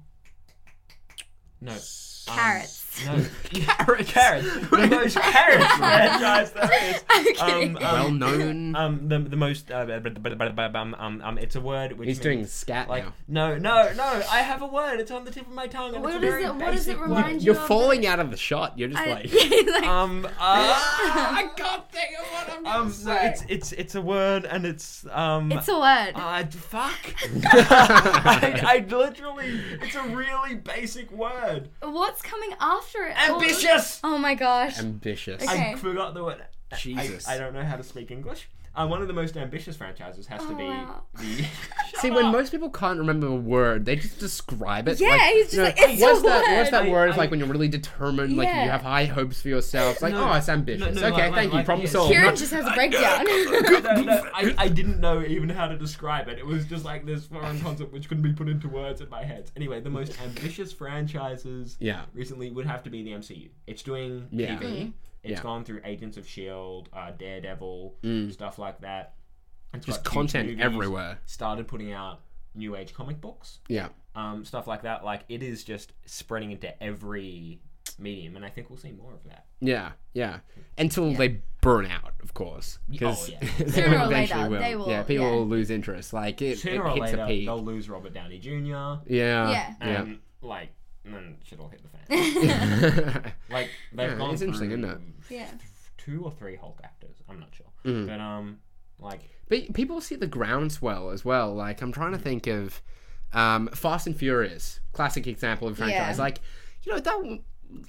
No. um, Carrots. *laughs* no. carrots. Carrots. *laughs* The most carrots franchise there *laughs* is. Okay. Um, well um, *coughs* known. um, the, the most, uh, but- but- but- but- but- um, um, um, it's a word which He's means, doing scat like, now. no, no, no, I have a word, it's on the tip of my tongue, and What it's a does very it- what does it basic remind word. you You're of falling out of the shot. You're just I- *laughs* like "Ah, he's like, *laughs* Um, uh, I can't think of what I'm um, no, it's, it's, it's a word, and it's, um, it's a word. Uh, d- fuck. *laughs* *laughs* I, I literally, it's a really basic word. What's coming after it? Ambitious. Oh, oh my *laughs* gosh. ambitious. Okay. I forgot the word. I- Jesus. I, I don't know how to speak English. Uh, one of the most ambitious franchises has to Oh, be wow. *laughs* the. See, when most people can't remember a word, they just describe it. Yeah, like, he's just you know, like, "It's what's a that? word." What's that I- word? I- like when you're really determined, like Yeah. you have high hopes for yourself. It's like, No. oh, it's ambitious. No, no, okay, like- thank you. like- Problem yeah. solved. Kieran Not- just has a breakdown. *laughs* no, no, *laughs* I, I didn't know even how to describe it. It was just like this foreign concept which couldn't be put into words in my head. Anyway, the most ambitious franchises Yeah. recently would have to be the MCU. It's doing Yeah. TV. Mm-hmm. It's Yeah. Mm. gone through Agents of Shield, uh, Daredevil, stuff like that. It's Just got huge content movies, everywhere. Started putting out new age comic books, Yeah. um, stuff like that. Like it is just spreading into every medium, and I think we'll see more of that. Yeah, yeah. Until they burn out, of course. Because Oh, *laughs* yeah. Sooner or later, they will, Yeah, people yeah. will lose interest. Like it, Sooner it or hits later, a peak. they'll lose Robert Downey Jr. Yeah, Yeah. yeah. and like and then shit all hit *laughs* the fan. *laughs* like they've Yeah, gone it's interesting, through isn't yeah. two or three Hulk actors. I'm not sure, Mm. but um, like but people see the groundswell as well. Like I'm Mm. trying to think of um, Fast and Furious, classic example of franchise. Yeah. Like you know that. w-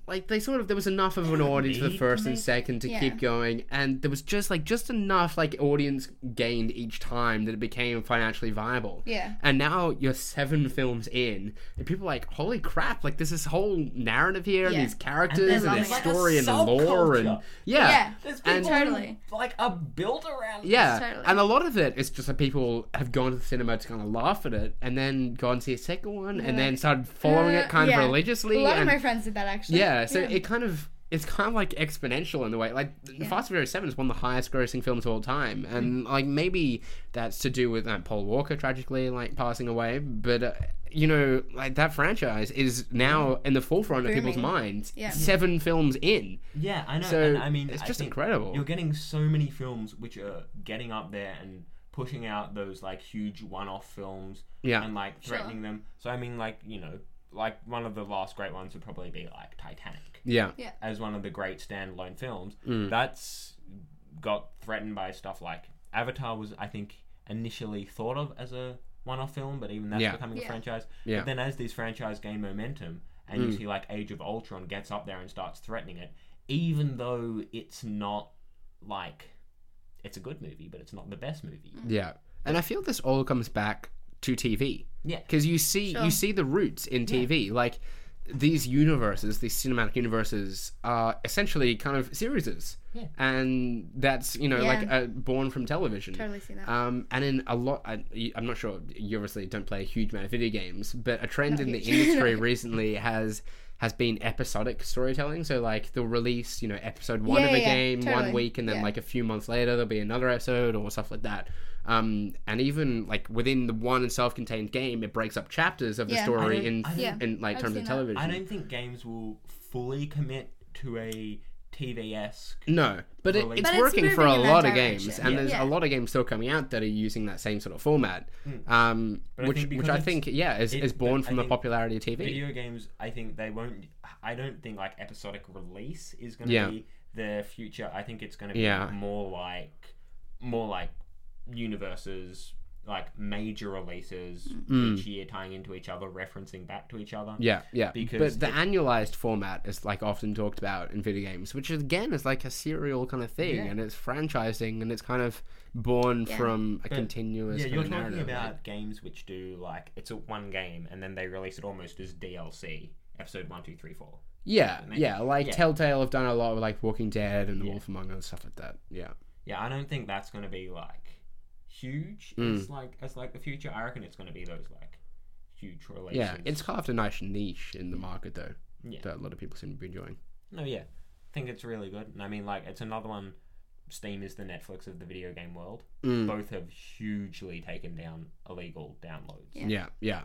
Like they sort of there was enough of an audience for the need first to and make- second to Yeah. keep going, and there was just like just enough like audience gained each time that it became financially viable. Yeah. And now you're seven films in, and people are like, holy crap! Like there's this whole narrative here, and Yeah. these characters, and, loving this it. Like a story, and the lore, and subculture. Yeah. There's And- people who, Totally. like are built around. Yeah, Totally. and a lot of it is just that people have gone to the cinema to kind of laugh at it, and then go and see a second one, and then started following Uh, it kind yeah. of religiously. A lot and of my friends did that actually. yeah, so it kind of it's kind of like exponential in the way. Like Fast and Furious Seven is one of the highest grossing films of all time, and Mm. like maybe that's to do with uh, Paul Walker tragically like passing away, but. Uh, you know, like that franchise is now in the forefront of people's Mm. Booming. minds. Yeah. Seven films in. Yeah, I know. So, and, I mean, it's I just think incredible. You're getting so many films which are getting up there and pushing out those like huge one-off films. Yeah. And like threatening them. So I mean, like you know, like one of the last great ones would probably be like Titanic Yeah. Yeah. as one of the great standalone films. Mm. That's got threatened by stuff like Avatar was, I think, initially thought of as a one-off film, but even that's Yeah. becoming a Yeah. franchise. Yeah. Mm. But then as these franchise gain momentum and you see like Age of Ultron gets up there and starts threatening it, even though it's not like it's a good movie, but it's not the best movie. Yeah, and I feel this all comes back to TV. Yeah. because you see you see the roots in TV. Like these universes, these cinematic universes, are essentially kind of series. Yeah. and that's you know Yeah. like uh, born from television. Totally see that. Um, and in a lot, I, I'm not sure. You obviously don't play a huge amount of video games, but a trend in the huge. *laughs* industry recently has has been episodic storytelling. So like they'll release, you know, episode one Yeah, of a yeah, yeah, game one totally. week, and then Yeah. like a few months later there'll be another episode or stuff like that. Um, and even like within the one self-contained game, it breaks up chapters of the Yeah. story I in don't- I don't- in like I've terms of seen that. television. I don't think games will fully commit to a TV esque. No, but it, Release. it's But it's working for a moving in that lot of direction. games, and Yeah. there's Yeah. a lot of games still coming out that are using that same sort of format, um, Hmm. But I which which think because I it's- think yeah is, it- is born but I from the think popularity of TV. Video games, I think they won't. I don't think like episodic release is going to Yeah. be the future. I think it's going to be Yeah. more like more like universes, like major releases each year, tying into each other, referencing back to each other. Mm. Yeah, yeah. Because but the annualized format is like often talked about in video games, which is, again is like a serial kind of thing, Yeah. and it's franchising, and it's kind of born from a continuous. Yeah, kind you're of talking narrative. about games which do like it's a one game and then they release it almost as DLC, episode one, two, three, four. Yeah, yeah. Like Yeah. Telltale have done a lot with like Walking Dead and The Wolf Among Us and stuff like that. Yeah. Yeah, I don't think that's going to be like huge. Mm. It's like it's like the future. I reckon it's going to be those like huge releases. Yeah, it's carved a nice niche in the market though Yeah. that a lot of people seem to be enjoying. no, yeah, I think it's really good. And I mean, like, it's another one. Steam is the Netflix of the video game world. Mm. Both have hugely taken down illegal downloads. Yeah. Yeah, yeah.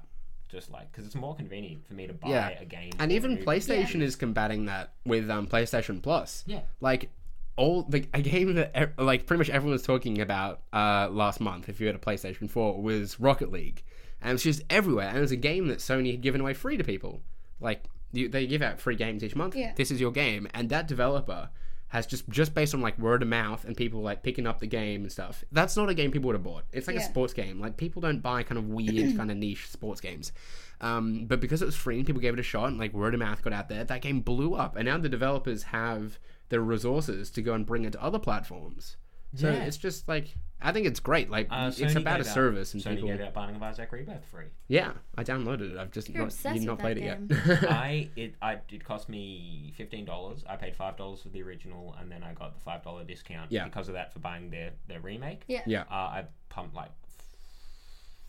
Just like because it's more convenient for me to buy Yeah. a game And or a even movie. PlayStation is combating that with um, PlayStation Plus. Yeah. Like all the a game that ev- like pretty much everyone was talking about uh, last month, if you had a PlayStation Four, was Rocket League, and it's just everywhere. And it was a game that Sony had given away free to people. Like you, they give out free games each month. Yeah. This is your game, and that developer has just just based on like word of mouth and people like picking up the game and stuff. That's not a game people would have bought. It's like a Yeah. sports game. Like people don't buy kind of weird kind of niche sports games. Um, but because it was free and people gave it a shot and like word of mouth got out there, that game blew up. And now the developers have the resources to go and bring it to other platforms. So Yeah. it's just like I think it's great. Like Uh, it's Sony about a gave out- service and Sony people. gave out Binding of Isaac Rebirth *laughs* free. Yeah, I downloaded it. I've just You're not, obsessed you've not with played that it yet. I it I it cost me fifteen dollars. I paid five dollars for the original, and then I got the five dollar discount Yeah. because of that for buying their their remake. Yeah. *laughs* yeah. Uh, I pumped like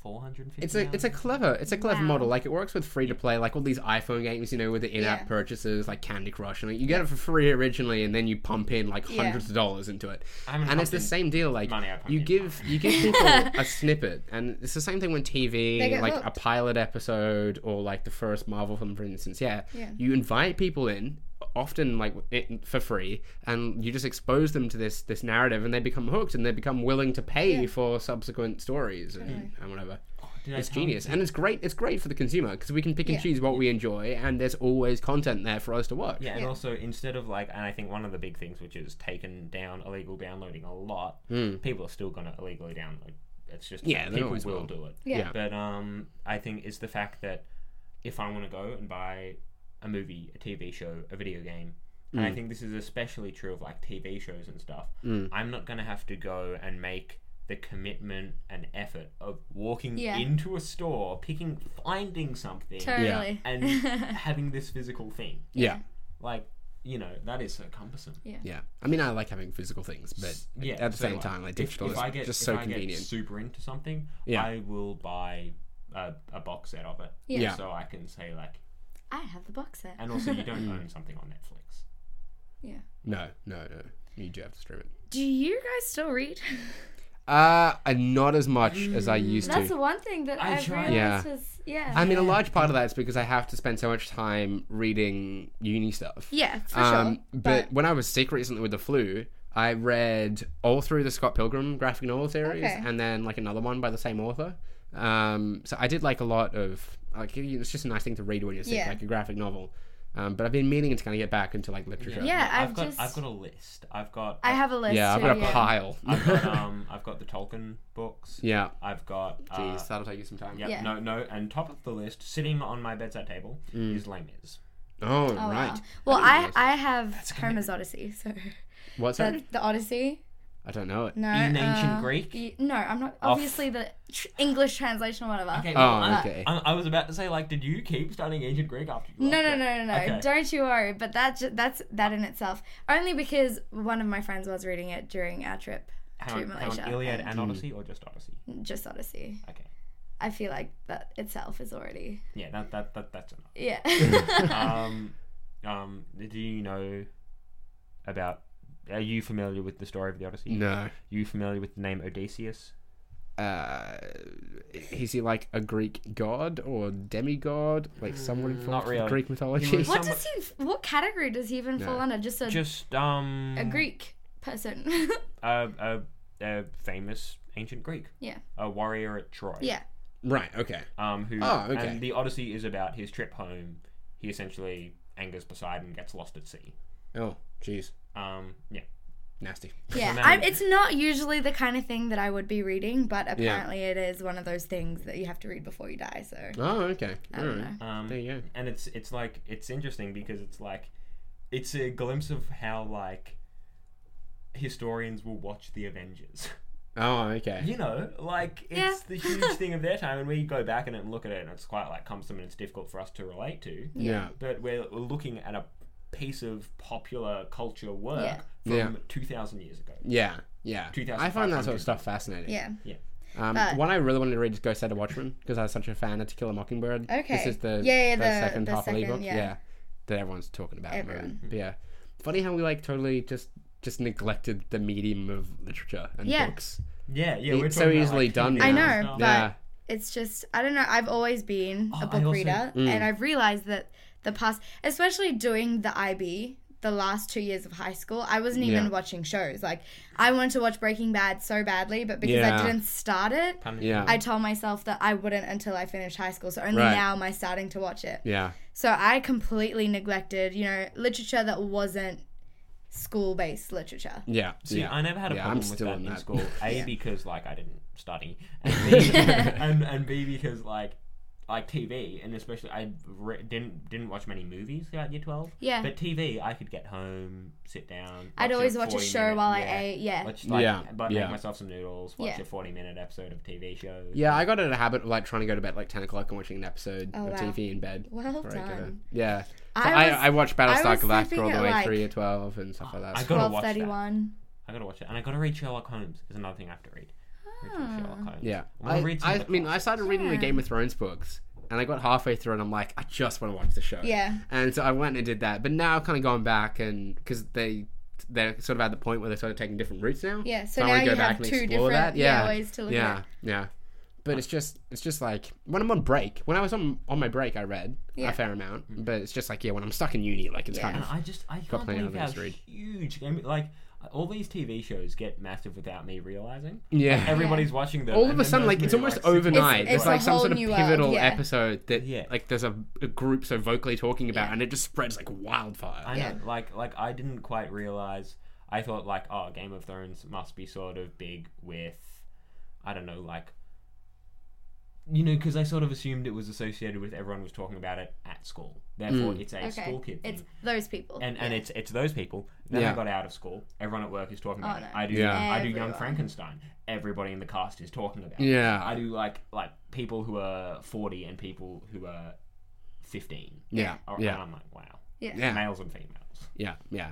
four hundred fifty. It's a it's a clever it's a clever Wow. model. Like it works with free to play, like all these iPhone games, you know, with the in-app Yeah. purchases, like Candy Crush, and like, you get it for free originally, and then you pump in like Yeah. hundreds of dollars into it. I haven't And it's pumped the in same deal. Like money, I pumped you in give you *laughs* give people a snippet, and it's the same thing when They TV, get like a hooked. pilot episode or like the first Marvel film, for instance. Yeah, Yeah. you invite people in often like it- for free and you just expose them to this this narrative and they become hooked and they become willing to pay for subsequent stories and, and whatever it's genius, and it's great. It's great for the consumer because we can pick and Yeah. choose what we enjoy, and there's always content there for us to watch. Yeah, and Yeah. also instead of like, and I think one of the big things which is taken down illegal downloading a lot, people are still gonna illegally download. It's just Hmm. Yeah, they people will always will. do it. Yeah. Yeah. But um, I think it's the fact that if I want to go and buy a movie, a TV show, a video game, Hmm. and I think this is especially true of like TV shows and stuff, I'm not gonna have to go and make the commitment and effort of walking Yeah. into a store, picking, finding something, Totally. and having this physical thing yeah, like you know that is so cumbersome yeah. I mean, I like having physical things, but yeah at the so, same time, like digital if, if is I get, just if so I get convenient. super into something Yeah. i will buy a, a box set of it Yeah. Yeah. so i can say like *laughs* I have the box set. and also you *laughs* don't own something on netflix Yeah. no, no, no. You do have to stream it. Do you guys still *laughs* read? Uh, and not as much as I used Mm, That's to. the one thing that I I, try- realized Yeah. was yeah. I mean, a large part of that is because I have to spend so much time reading uni stuff. yeah, for sure. um, but, when I was sick recently with the flu, I read all through the Scott Pilgrim graphic novel series Okay. and then like another one by the same author. Um, so I did like a lot of like you- it's just a nice thing to read when you're sick, Yeah. like a graphic novel. Um, but I've been meaning to kind of get back into like literature. Yeah. I've, I've got just- i've got a list i've got I have a list. Yeah, I've too, got a yeah. pile. *laughs* I've got, um i've got the tolkien books *laughs* yeah. i've got uh, Jeez, that'll take you some time. yeah, Yeah. Mm. no no and top of the list sitting on my bedside table is Les Mis. Oh, Oh, right. wow. Well, I, realize I, have Homer's Odyssey, so *laughs* What's that? the, the Odyssey. I don't know it. No, uh, In ancient Greek? y- no, I'm not. Obviously, the tr- English translation or whatever. Okay. Oh, well, Uh, I'm- okay. I'm- I was about to say, like, did you keep studying ancient Greek after you? No, left no, it? no, no, no. Okay. Don't you worry. But that ju- that's that in itself. Only because one of my friends was reading it during our trip Hang to on, hang on, Malaysia. Iliad Mm. and Odyssey, or just Odyssey? and just Odyssey. Okay. I feel like that itself is already Yeah, that, that, that that's enough. *laughs* yeah. *laughs* um, um, do you know about? Are you familiar with the story of the Odyssey? No. You familiar with the name Odysseus? Uh, is he like a Greek god or demigod? Like Hmm, someone from not really. Greek He mythology? was- *laughs* what some- does he? What category does he even fall under? Just a Just um, Uh, a Greek person. *laughs* a, a, a famous ancient Greek, yeah, a warrior at Troy. yeah. right, okay. Um, who? Oh, okay. And the Odyssey is about his trip home. He essentially angers Poseidon, gets lost at sea. Oh, jeez. Um, yeah. Nasty. Yeah, man. I, it's not usually the kind of thing that I would be reading, but apparently it is one of those things that you have to read before you die. So Oh, okay. I don't Alright. know. Um, There you go. and it's it's like it's interesting because it's like it's a glimpse of how like historians will watch the Avengers. *laughs* Oh, okay. You know, like it's Yeah. the *laughs* huge thing of their time, and we go back and look at it, and it's quite like cumbersome and it's difficult for us to relate to. Yeah. But we're, we're looking at a piece of popular culture work Yeah. from Yeah. two thousand years ago. Yeah. Yeah. I find that sort 2500. of stuff fascinating. yeah, Um, But- one I really wanted to read is Ghost Rider Watchmen because I was such a fan of To Kill a Mockingbird. This Okay. is the, Yeah, yeah, the the- second the half of the second, ebook. Yeah. yeah. That everyone's talking about. at the moment. Everyone. But yeah. Funny how we like totally just just neglected the medium of literature and Yeah. books. Yeah, yeah. It's we're so talking about, easily like, done TV I now. know, and stuff. but Yeah. it's just I don't know. I've always been Oh, I a book also- reader, Mm. and I've realized that the past, especially doing the IB, the last two years of high school, I wasn't even Yeah. watching shows. Like I wanted to watch Breaking Bad so badly, but because Yeah. I didn't start it, Punishment. Yeah. I told myself that I wouldn't until I finished high school. So only Right. now am I starting to watch it. yeah. So I completely neglected, you know, literature that wasn't school-based literature. Yeah. See, yeah. I never had a Yeah, I'm problem with still that in in that. *laughs* school. A because like I didn't study, and B, and, and B because like like TV and especially I re- didn't didn't watch many movies throughout year twelve. Yeah. But TV, I could get home, sit down. I'd always watch a 40 show minute- while I yeah, ate, yeah. Watch, like, Yeah, But yeah. make myself some noodles. Watch Yeah. a forty minute episode of a TV show. Yeah, I got in a habit of like trying to go to bed at, like ten o'clock and watching an episode Oh, of wow. TV in bed. Well before I go to- done. Yeah, So I I, was- I watched Battlestar was Galactica sleeping all the at, way like- through year twelve and stuff like that. I got- Gotta Twelve watch that. thirty-one. I gotta watch it, and I gotta read Sherlock Holmes. Is another thing I have to read. Read some Sherlock Ah. Holmes. yeah, I I, wanna read some I, of the mean, I started reading the Yeah. Game of Thrones books, and I got halfway through, and I'm like, I just want to watch the show. Yeah. and so I went and did that. But now I've kind of gone back and because they they're sort of at the point where they're sort of taking different routes now. Yeah, so I now wanna you go back have and two explore different Yeah, yeah, ways to look yeah, at it. Yeah. But it's just it's just like when I'm on break. When I was on on my break, I read Yeah. a fair amount. But it's just like yeah, when I'm stuck in uni, like it's Yeah. kind And of I just I can't plenty of believe how things to read. huge game like all these TV shows get massive without *laughs* me realizing. yeah. Everybody's watching them. All and of a then sudden, those like it's movies are, almost like, six overnight. months It's, It's away. a like some whole sort of new world, pivotal yeah. episode that Yeah. like there's a, a group so vocally talking about, Yeah. and it just spreads like wildfire. I know, Yeah. like like I didn't quite realize. I thought like, oh, Game of Thrones must be sort of big with, I don't know, like, you know, because I sort of assumed it was associated with everyone was talking about it at school. Therefore, Mm. it's a Okay. school kid thing. It's those people. and and it's it's those people. Then Yeah. I got out of school. Everyone at work is talking about Oh, no. it. I do Yeah. I do Young Everyone. Frankenstein. Everybody in the cast is talking about it. Yeah. I do like like people who are forty and people who are fifteen. yeah, Or- And yeah, I'm like, wow, yeah. yeah, males and females. yeah, yeah.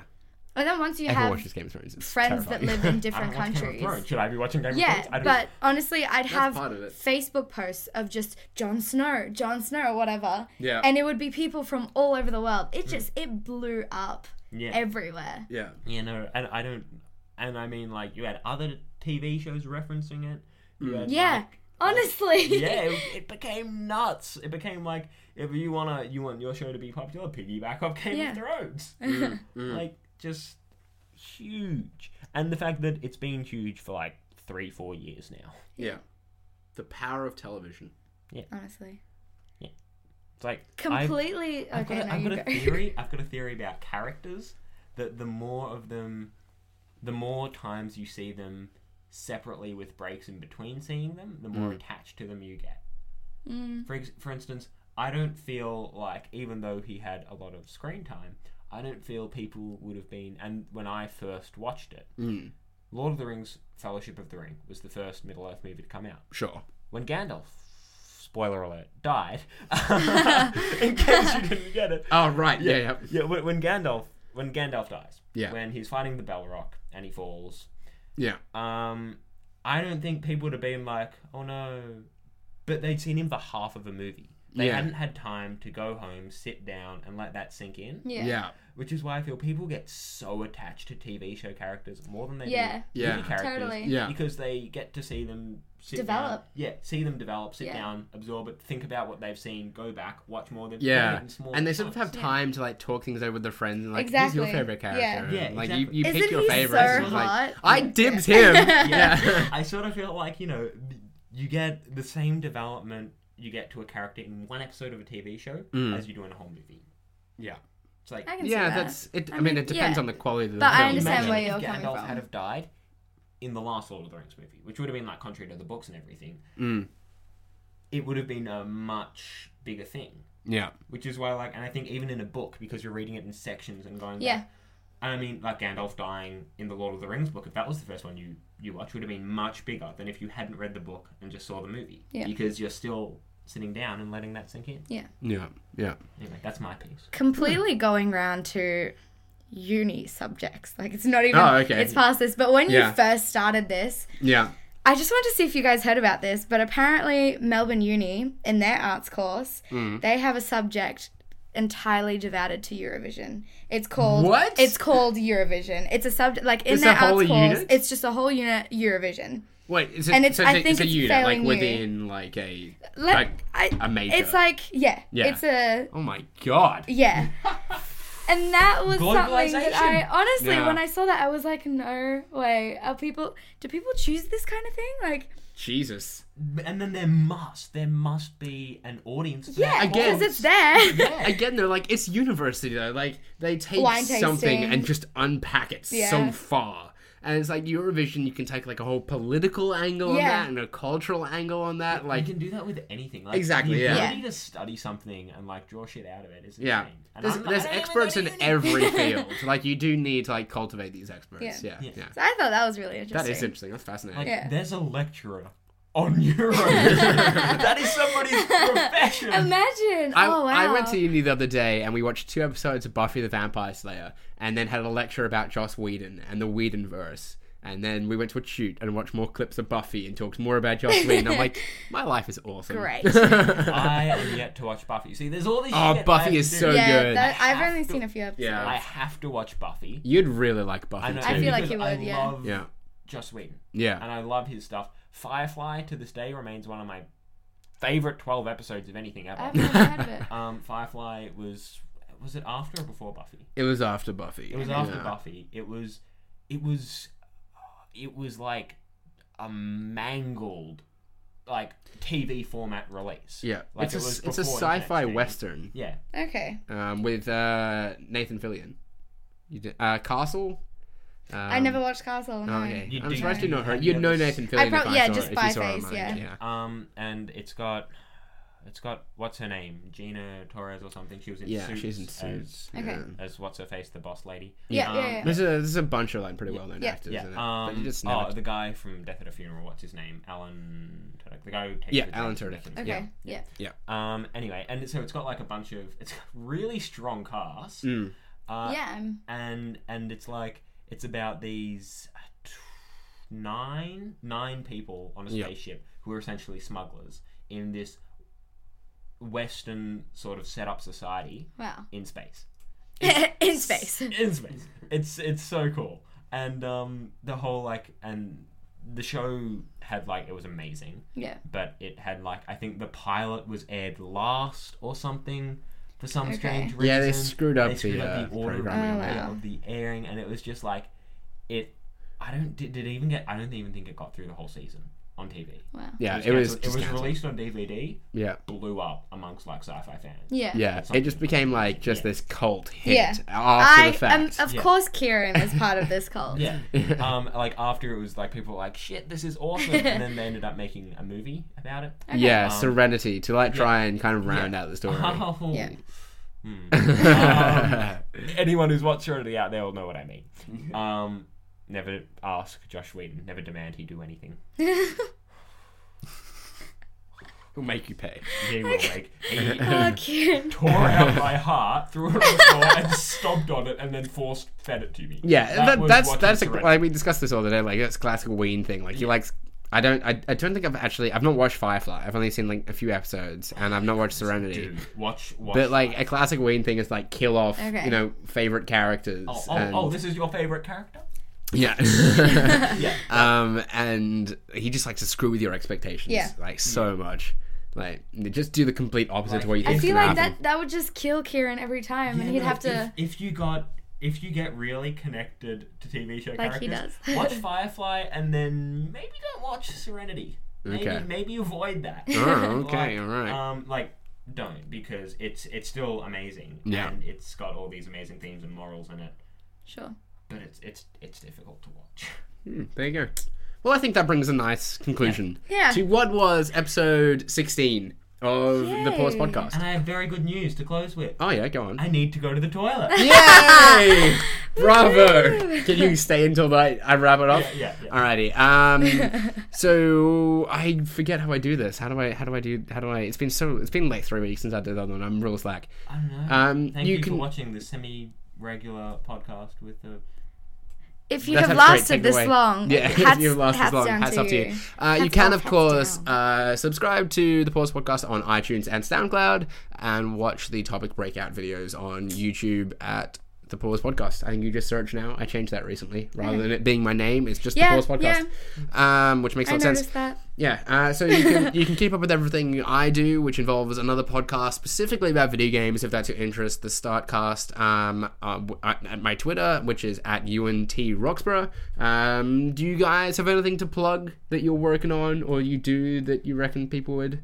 And then once you Everyone have watches Game of Thrones. It's friends that terrifying. live in *laughs* I don't different watch Game of countries. Thrones. Should I be watching Game of Yeah, Thrones? I do- but honestly, I'd have part of it. Facebook posts of just Jon Snow, Jon Snow, or whatever. Yeah. And it would be people from all over the world. It just it blew up Mm. yeah, everywhere. *laughs* yeah, you know, and I don't, and I mean, like you had other TV shows referencing it. You had, Yeah, like, honestly. yeah, it, it became nuts. It became like if you wanna you want your show to be popular, piggyback off Game Yeah. Mm, of *laughs* Thrones. Like just huge, and the fact that it's been huge for like three, four years now. yeah. The power of television. *laughs* honestly, It's like I've- completely. I've, okay, got, a, now I've you got a go. *laughs* theory. I've got a theory about characters that the more of them, the more times you see them separately Mm. with breaks in between seeing them, the more attached to them you get. For ex- for instance, I don't feel like, even though he had a lot of screen time, I don't feel people would have been. And when I first watched it, Mm. Lord of the Rings: Fellowship of the Ring was the first Middle Earth movie to come out. Sure. When Gandalf, spoiler alert, died, *laughs* in case you didn't get it, Oh right. Yeah. Yeah. yeah, when, when Gandalf, when Gandalf dies, Yeah. when he's fighting the Balrog and he falls, Yeah. um, I don't think people would have been like, oh no. But they'd seen him for half of a movie. They Yeah. hadn't had time to go home, sit down, and let that sink in. Yeah. Yeah. Yeah. Which is why I feel people get so attached to TV show characters more than they Yeah. do Yeah. movie characters. Totally. Yeah. Because they get to see them sit Down, Develop. yeah, see them develop, sit Yeah. down, absorb it, think about what they've seen, go back, watch more than in small And they sort of chunks. have time to like talk things over with their friends and like who's Exactly. your favorite character? Yeah. And, Yeah, like exactly. you, you Isn't pick your he favorite. so and it's hot? like, *laughs* I dibs him. *laughs* yeah. I sort of feel like you know, you get the same development you get to a character in one episode of a TV show as you do in a whole movie. Yeah. It's like I can see Yeah, that. that's it. I, I mean, mean, it depends yeah. on the quality of the But I film. understand imagine where you're if coming Gandalf from. had have died in the last Lord of the Rings movie, which would have been like contrary to the books and everything. Mm. It would have been a much bigger thing, Yeah. which is why like, and I think even in a book because you're reading it in sections and going Yeah. Like, and I mean, like Gandalf dying in the Lord of the Rings book, if that was the first one you you watched, would have been much bigger than if you hadn't read the book and just saw the movie. Yeah. Because you're still sitting down and letting that sink in. Yeah. Yeah. Anyway, that's my piece. Hmm. completely going round to uni subjects. Like it's not even Oh, okay. it's past this. But when Yeah. you first started this, Yeah. I just wanted to see if you guys heard about this, but apparently Melbourne Uni in their arts course, Hmm. they have a subject entirely devoted to Eurovision. It's called What? It's called Eurovision. It's a subject like in It's their a whole arts course. unit? It's just a whole unit Eurovision. Wait, is it, And it's- so I it's, a- think it's a it's unit, like failing you. within like a Like, like I, a major. It's like yeah, Yeah. It's a oh my god. *laughs* Yeah. And that was something that I Globalization. honestly, Yeah. when I saw that, I was like, no way. Are people? Do people choose this kind of thing? Like, Jesus. And then there must, there must be an audience. For yeah, that Again. because performance. it's there. *laughs* Again, though, like it's university though. Like they take Wine something tasting. and just unpack it so Yeah. far. And it's like Eurovision, you can take like a whole political angle on Yeah. that and a cultural angle on that. Like, you can do that with anything. Like, Exactly, The yeah. ability to study something and like draw shit out of it is yeah, insane. And there's, I'm- there's I don't even experts go to in *laughs* uni. every field. Like, you do need to like cultivate these experts. Yeah, Yeah. yeah. Yeah. *laughs* so I thought that was really That interesting. is interesting. That's fascinating. Like, Yeah. there's a lecturer on *laughs* Euro. that is somebody's profession. Imagine. I, oh wow. I went to uni the other day and we watched two episodes of Buffy the Vampire Slayer and then had a lecture about Joss Whedon and the Whedon verse. And then we went to a shoot and watched more clips of Buffy and talked more about Joss Whedon. *laughs* I'm like, my life is awesome. *laughs* Great. I am yet to watch Buffy. See, there's all these. Oh, shit Buffy I is do. so- yeah, good. That, I I've have only to- seen a few episodes. Yeah. I have to watch Buffy. You'd really like I Buffy know. Um, too. I feel like because you I would, yeah. Love Yeah. Joss Whedon. yeah. and I love his stuff. Firefly to this day remains one of my favorite twelve episodes of anything I ever. haven't even heard of it. Um, Firefly was was it after or before Buffy? It was after Buffy. It was after Yeah. Buffy. It was, it was, it was like a mangled, like TV format release. Yeah. like it's, a, it was it's a before internet sci fi streaming. western Yeah, Okay. um, with uh, Nathan Fillion. You did, uh, Castle? Um, I never watched Castle. No. Oh, okay. You I'm do- surprised you know her. you You'd know never- Nathan Fillion. I if prob- I yeah, saw just it, if you saw her Spy Face, online. yeah. yeah. um, and it's got, it's got what's her name, Gina Torres or something. She was in Yeah, Suits. she's in suits. Okay. Yeah. As, as what's her face, the boss lady. Yeah, Um, yeah, yeah. There's a there's a bunch of like pretty Yeah. well known Yeah. actors Yeah. in it. but Um, you just oh, never the guy from Death at a Funeral. What's his name? Alan Tudyk. The guy who takes Yeah, the Alan drugs and Tudyk. everything. Okay. Yeah. Yeah. Um. Anyway, and so it's got like a bunch of it's got really strong cast. Mm. Uh, Yeah, I'm- And and it's like it's about these uh, t- nine nine people on a Yeah. spaceship who are essentially smugglers in this Western sort of set up society Wow. in space. *laughs* In space. *laughs* In space. It's it's so cool. And um, the whole like and the show had like it was amazing Yeah. but it had like I think the pilot was aired last or something for some Okay. strange reason. Yeah, they screwed up They screwed the, up uh, the order of, programming Oh, the- wow. of the airing, and it was just like it. I don't did, did it even get. I don't even think it got through the whole season. on TV. Wow. Yeah, It it was. was, just cancelled. released on DVD, yeah. blew up amongst like sci-fi fans. Yeah. Yeah, it just became like just this cult hit Yeah. after I the am, fact. of Yeah. course, Kieran is part of this cult. *laughs* Yeah. um, like after it was like people were like, shit, this is awesome, and then they ended up making a movie about it. yeah, Um, Serenity to like try and kind of round out the story. *laughs* Oh. Hmm. Yeah. Um, anyone who's watched Serenity out there will know what I mean. *laughs* Um, never ask Josh Whedon. Never demand he do anything. We'll make you pay. He will like he *laughs* *laughs* Oh, Kieran. tore out *laughs* my heart, threw it on the floor, and stomped on it, and then forced fed it to me. Yeah, that was that's watching that's a, Serenity. like we discussed this all the day. Like that's classic Ween thing. Like he likes. I don't. I, I don't think I've actually. I've not watched Firefly. I've only seen like a few episodes, and I've not watched Serenity. Dude, watch, watch. But like a classic Ween thing is like kill off Okay. you know favorite characters. oh, oh, and- oh, this is your favorite character. *laughs* *laughs* yeah. Yeah. um, and he just likes to screw with your expectations. Yeah. like so much. Like just do the complete opposite to Like, what you I I think. feel like that that would just kill Kieran every time, and he'd no, have to. If, if you got, if you get really connected to TV show Like he characters, does. *laughs* watch Firefly and then maybe don't watch Serenity. Maybe, Okay. maybe avoid that. *laughs* Oh, okay, Like, all right. Um, like don't because it's it's still amazing. Yeah. And it's got all these amazing themes and morals in it, Sure. but it's it's it's difficult to watch. Hmm, there you go. Well, I think that brings a nice conclusion Yeah. to what was episode 16 of the Pause Yay. Podcast. And I have very good news to close with. Oh, yeah, go *laughs* on. I need to go to *laughs* the toilet. Yay! Bravo! Can you stay until I, I wrap it up? Yeah, yeah, yeah. Alrighty. *laughs* Um, so I forget how I do this. How do I? How do I do? How do I? It's been so. It's been like three weeks since I did that one. I'm real slack. I don't know. Um, Thank you you, can- for watching the semi-regular podcast with the. If you have That sounds great, lasted take it this away. long, Yeah, *laughs* hats, if you've lasted hats this long, down hats to up to you. you. Uh, you Hats can, off, of hats course, down. uh, subscribe to the Pause Podcast on iTunes and SoundCloud and watch the topic breakout videos on YouTube at the Pause Podcast. I think you just search now. I changed that recently. Rather than it being my name, it's just Yeah, the Pause Podcast, um, which makes I no sense. noticed *laughs* that. Yeah, uh, so you can you can keep up with everything I do, which involves another podcast specifically about video games, if that's your interest. The Startcast um, uh, w- at at my Twitter, which is at unt roxborough. Um, do you guys have anything to plug that you're working on, or you do that you reckon people would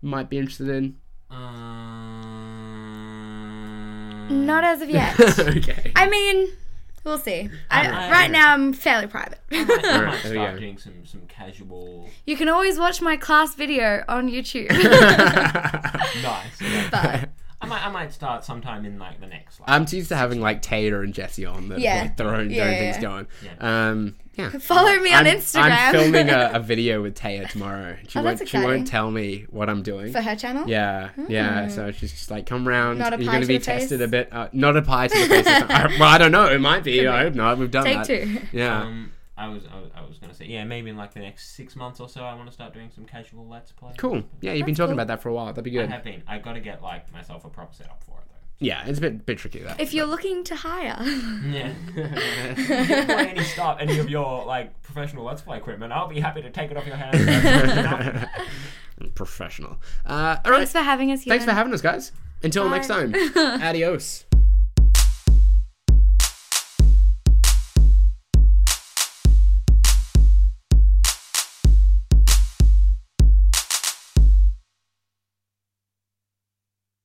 might be *laughs* interested in? Um, Not as of yet. *laughs* okay. I mean, we'll see. I, I- right now, I'm fairly private. I Alright, might there we start go. doing some some casual. you can always watch my class video on *laughs* YouTube. *laughs* Nice. but I might I might start sometime in like the next. Like, I'm used to having like Tater and Jesse on that Yeah. like, their own, their Yeah, own yeah. things going. Um, yeah. follow me on I'm- Instagram. *laughs* I'm filming a, a video with Taya tomorrow. She Oh, that's won't. She won't exciting. tell me what I'm doing. for her channel. yeah, yeah. So she's just like, come round. Not a You're pie going to be the tested face? a bit. Uh, not a pie to the face. or something. I, well, I don't know. It might be. I hope not. We've done Take that. two. Yeah. um, I was I was, I was gonna say yeah maybe in like the next six months or so I want to start doing some casual let's play. cool. Yeah, you've been That's talking cool. about that for a while. That'd be I good. have been. I got to get like myself a proper setup for it yeah, it's a bit bit tricky that. *laughs* If you're looking to hire, *laughs* *laughs* though. Yeah. Before any start any of your like professional let's play equipment, I'll be happy to take it off *laughs* your hands. Professional. Uh, all right. thanks for having us here. Thanks for having us, guys. Until next Bye. *laughs* time. Adios.